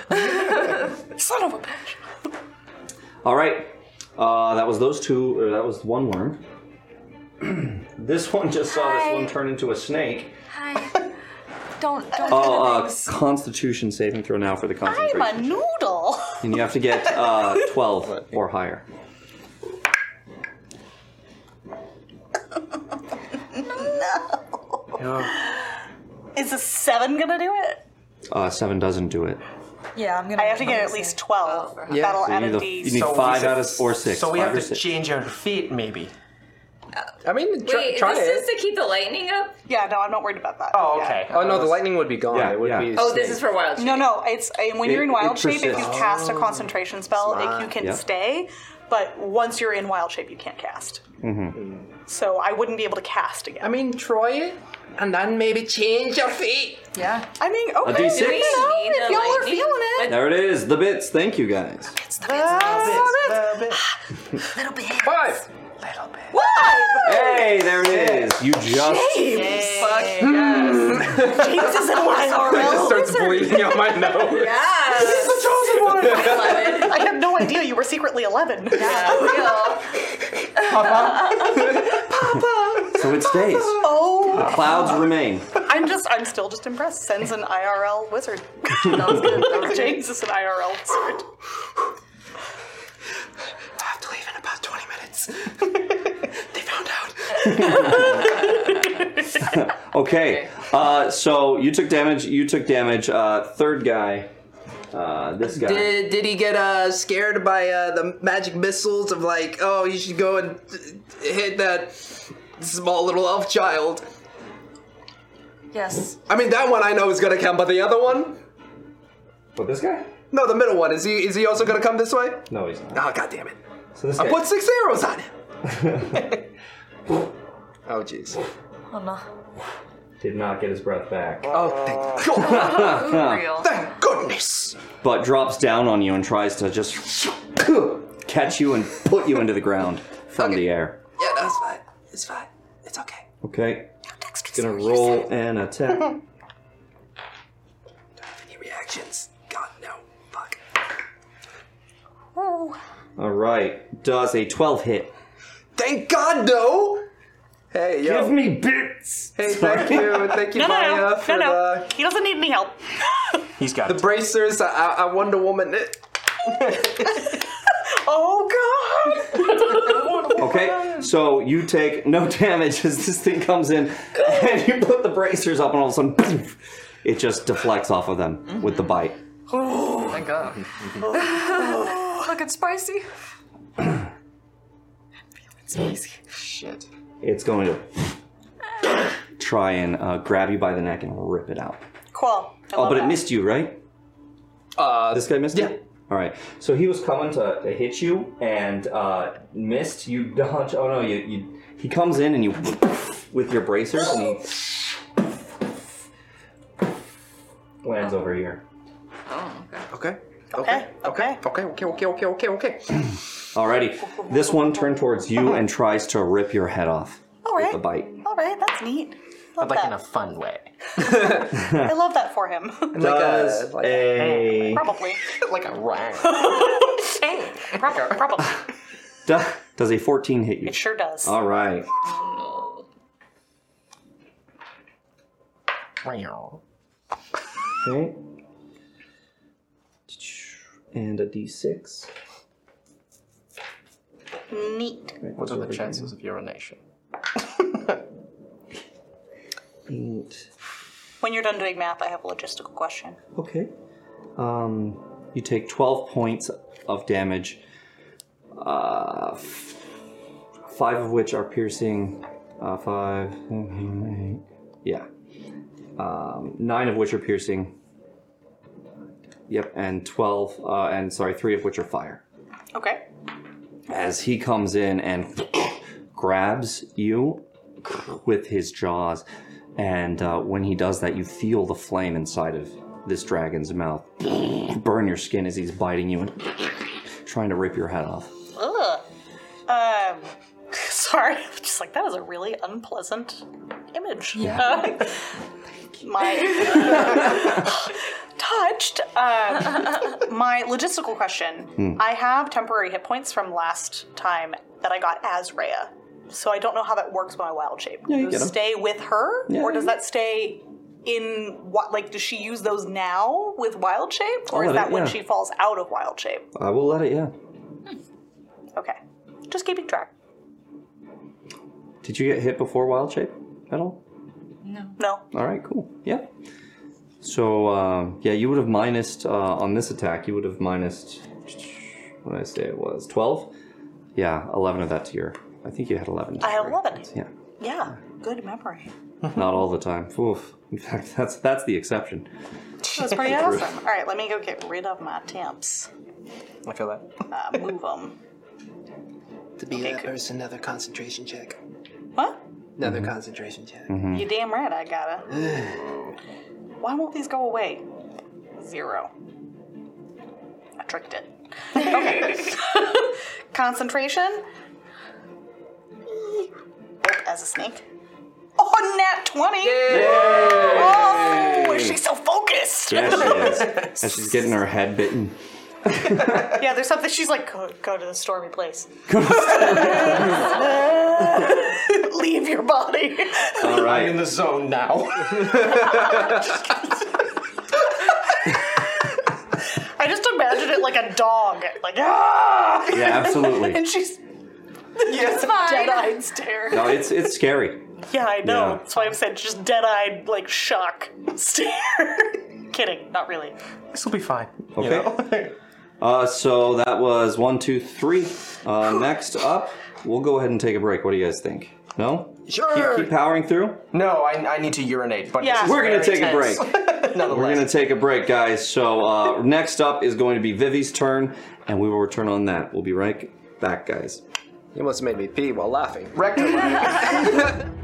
it. Son of a bitch. All right, uh, that was those two. Or that was one worm. this one just saw this one turn into a snake. Hi. Don't don't. Oh, uh, Constitution saving throw now for the concentration, I'm a noodle. and you have to get uh, twelve or higher. Is a seven gonna do it? Uh, seven doesn't do it. Yeah, I'm gonna. I have to get at least twelve. That'll so add you a need, a- D. you need five out of or six. So we five have or to change our feet, maybe. I mean, try, Wait, try this it. is to keep the lightning up? Yeah, no, I'm not worried about that. Oh, okay. Oh no, the lightning would be gone. Yeah, it would yeah. be. Oh, this is for wild shape. No, no, it's uh, when It- you're in it wild shape. If you persists. cast a Oh. concentration spell, Smart. it, you can Yep. stay. But once you're in wild shape, you can't cast. Mm-hmm. So I wouldn't be able to cast again. I mean, try it, and then maybe change your feet. Yeah. I mean, okay. D6? you know, need if the y'all are lightning? feeling it. There it is, the bits. Thank you guys. Oh, Little bit. Five. that's- Why? Hey, there it is. You just Fuck yes. James is in It YRL. just starts bleeding out my nose. He's the chosen one. I I had no idea you were secretly 11. so it stays. Oh. The clouds remain. I'm just, I'm still just impressed. Sen's an IRL wizard. that was good. That was James is an IRL wizard. I have to leave in about 20 minutes. they found out. Okay. Uh, so you took damage. You took damage. Uh, third guy. Uh, this guy. Did, did he get uh, scared by uh, the magic missiles of like, oh, you should go and uh, hit that small little elf child? Yes. I mean, that one I know is gonna come, but the other one? But Oh, this guy? No, the middle one. Is he? Is he also gonna come this way? No, he's not. Oh, god damn it! So this I guy- put six arrows on him. Oh jeez. Oh no. Did not get his breath back. Oh, thank God. thank goodness. but drops down on you and tries to just catch you and put you into the ground from the air. Yeah, no, it's fine. It's fine. It's okay. Okay. It's gonna roll an attack. Any reactions? God no. All right. Does a 12 hit? Thank God no. Hey, yo. Give me bits. Hey, thank you, thank you, No, no, Maya, no, for no, no. the He doesn't need any help. He's got the bracers. I, I I Wonder Woman. it. Oh god. Okay, so you take no damage as this thing comes in, and you put the bracers up, and all of a sudden, it just deflects off of them with the bite. Oh my god. Look, it's spicy. It's easy. Shit. It's going to try and uh, grab you by the neck and rip it out. Cool. I oh, love but that. it missed you, right? Uh, this guy missed yeah. you. All right. So he was coming to, to hit you and uh, missed. You dodge. Oh no, you, you. He comes in and you with your bracers and he lands over here. Oh, okay. Okay. Okay. Okay. Okay. Okay. Okay. Okay. Okay. Okay. Alrighty. This one turned towards you and tries to rip your head off All with a right. bite. All right. That's neat. Love like that. in a fun way. I love that for him. Does a, Probably. like a rat. Probably. Probably. do- does a 14 hit you? It sure does. All right. Okay. And a d6. Neat. What are the chances of urination? Eight. When you're done doing math, I have a logistical question. Okay. Um, you take 12 points of damage, uh, f- five of which are piercing, uh, five, yeah, um, nine of which are piercing, yep, and 12, uh, and sorry, three of which are fire. Okay. As he comes in and grabs you with his jaws, and uh, when he does that, you feel the flame inside of this dragon's mouth burn your skin as he's biting you and trying to rip your head off. Ugh. Um, sorry, I'm just like that was a really unpleasant image. Yeah. Uh, my touched. Um, my logistical question: Hmm. I have temporary hit points from last time that I got as Rhea, so I don't know how that works with my wild shape. Yeah, you Does get 'em. stay with her, Yeah, or does you- that stay? In what, like, does she use those now with wild shape, or I'll is let that it- when yeah. she falls out of wild shape? I will let it, yeah. Okay, just keeping track. Did you get hit before wild shape at all? No. All right, cool. Yeah. So um, yeah, you would have minused uh, on this attack. You would have minused. What did I say it was? Twelve. Yeah, eleven of that to your. I think you had eleven. I have 11. Yeah. Yeah, good memory. Not all the time. Oof. In fact, that's that's the exception. That's pretty True. awesome. All right, let me go get rid of my temps. I feel that. Uh, move them. To be that person, another concentration check. Mm-hmm. What? Another concentration check. Hmm. You damn right I gotta. Why won't these go away? Zero. I tricked it. Okay. Concentration. Nope, as a snake. Oh, nat 20! Oh, she's so focused! Yeah, she is. and she's getting her head bitten. yeah, there's something. She's like, go, go to the stormy place. Leave your body. All right. in the zone now. I just imagine it like a dog, like ah. Yeah, absolutely. and she's It's yes, fine. dead-eyed stare. No, it's it's scary. yeah, I know. Yeah. That's why I'm saying just dead-eyed, like shock stare. Kidding, not really. This will be fine. Okay. uh, so that was one, two, three. Uh, next up, we'll go ahead and take a break. What do you guys think? No? Sure. Keep powering through? No, I, I need to urinate. But this is We're gonna very take tense. a break. We're gonna take a break, guys. So uh, next up is going to be Vivi's turn, and we will return on that. We'll be right back, guys. You must have made me pee while laughing.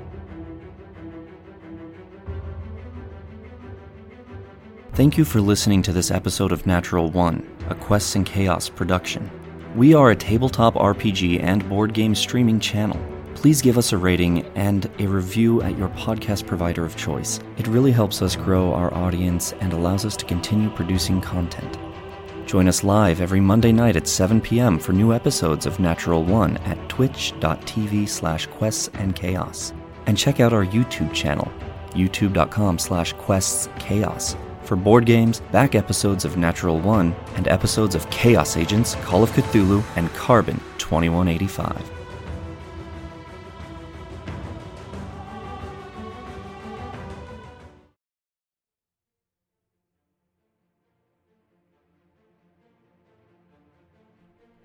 Thank you for listening to this episode of Natural One, a Quests and Chaos production. We are a tabletop RPG and board game streaming channel. Please give us a rating and a review at your podcast provider of choice. It really helps us grow our audience and allows us to continue producing content. Join us live every Monday night at 7 p.m. for new episodes of Natural One at twitch.tv slash quests and chaos. And check out our YouTube channel, youtube.com slash quests chaos, for board games, back episodes of Natural One, and episodes of Chaos Agents, Call of Cthulhu, and Carbon 2185.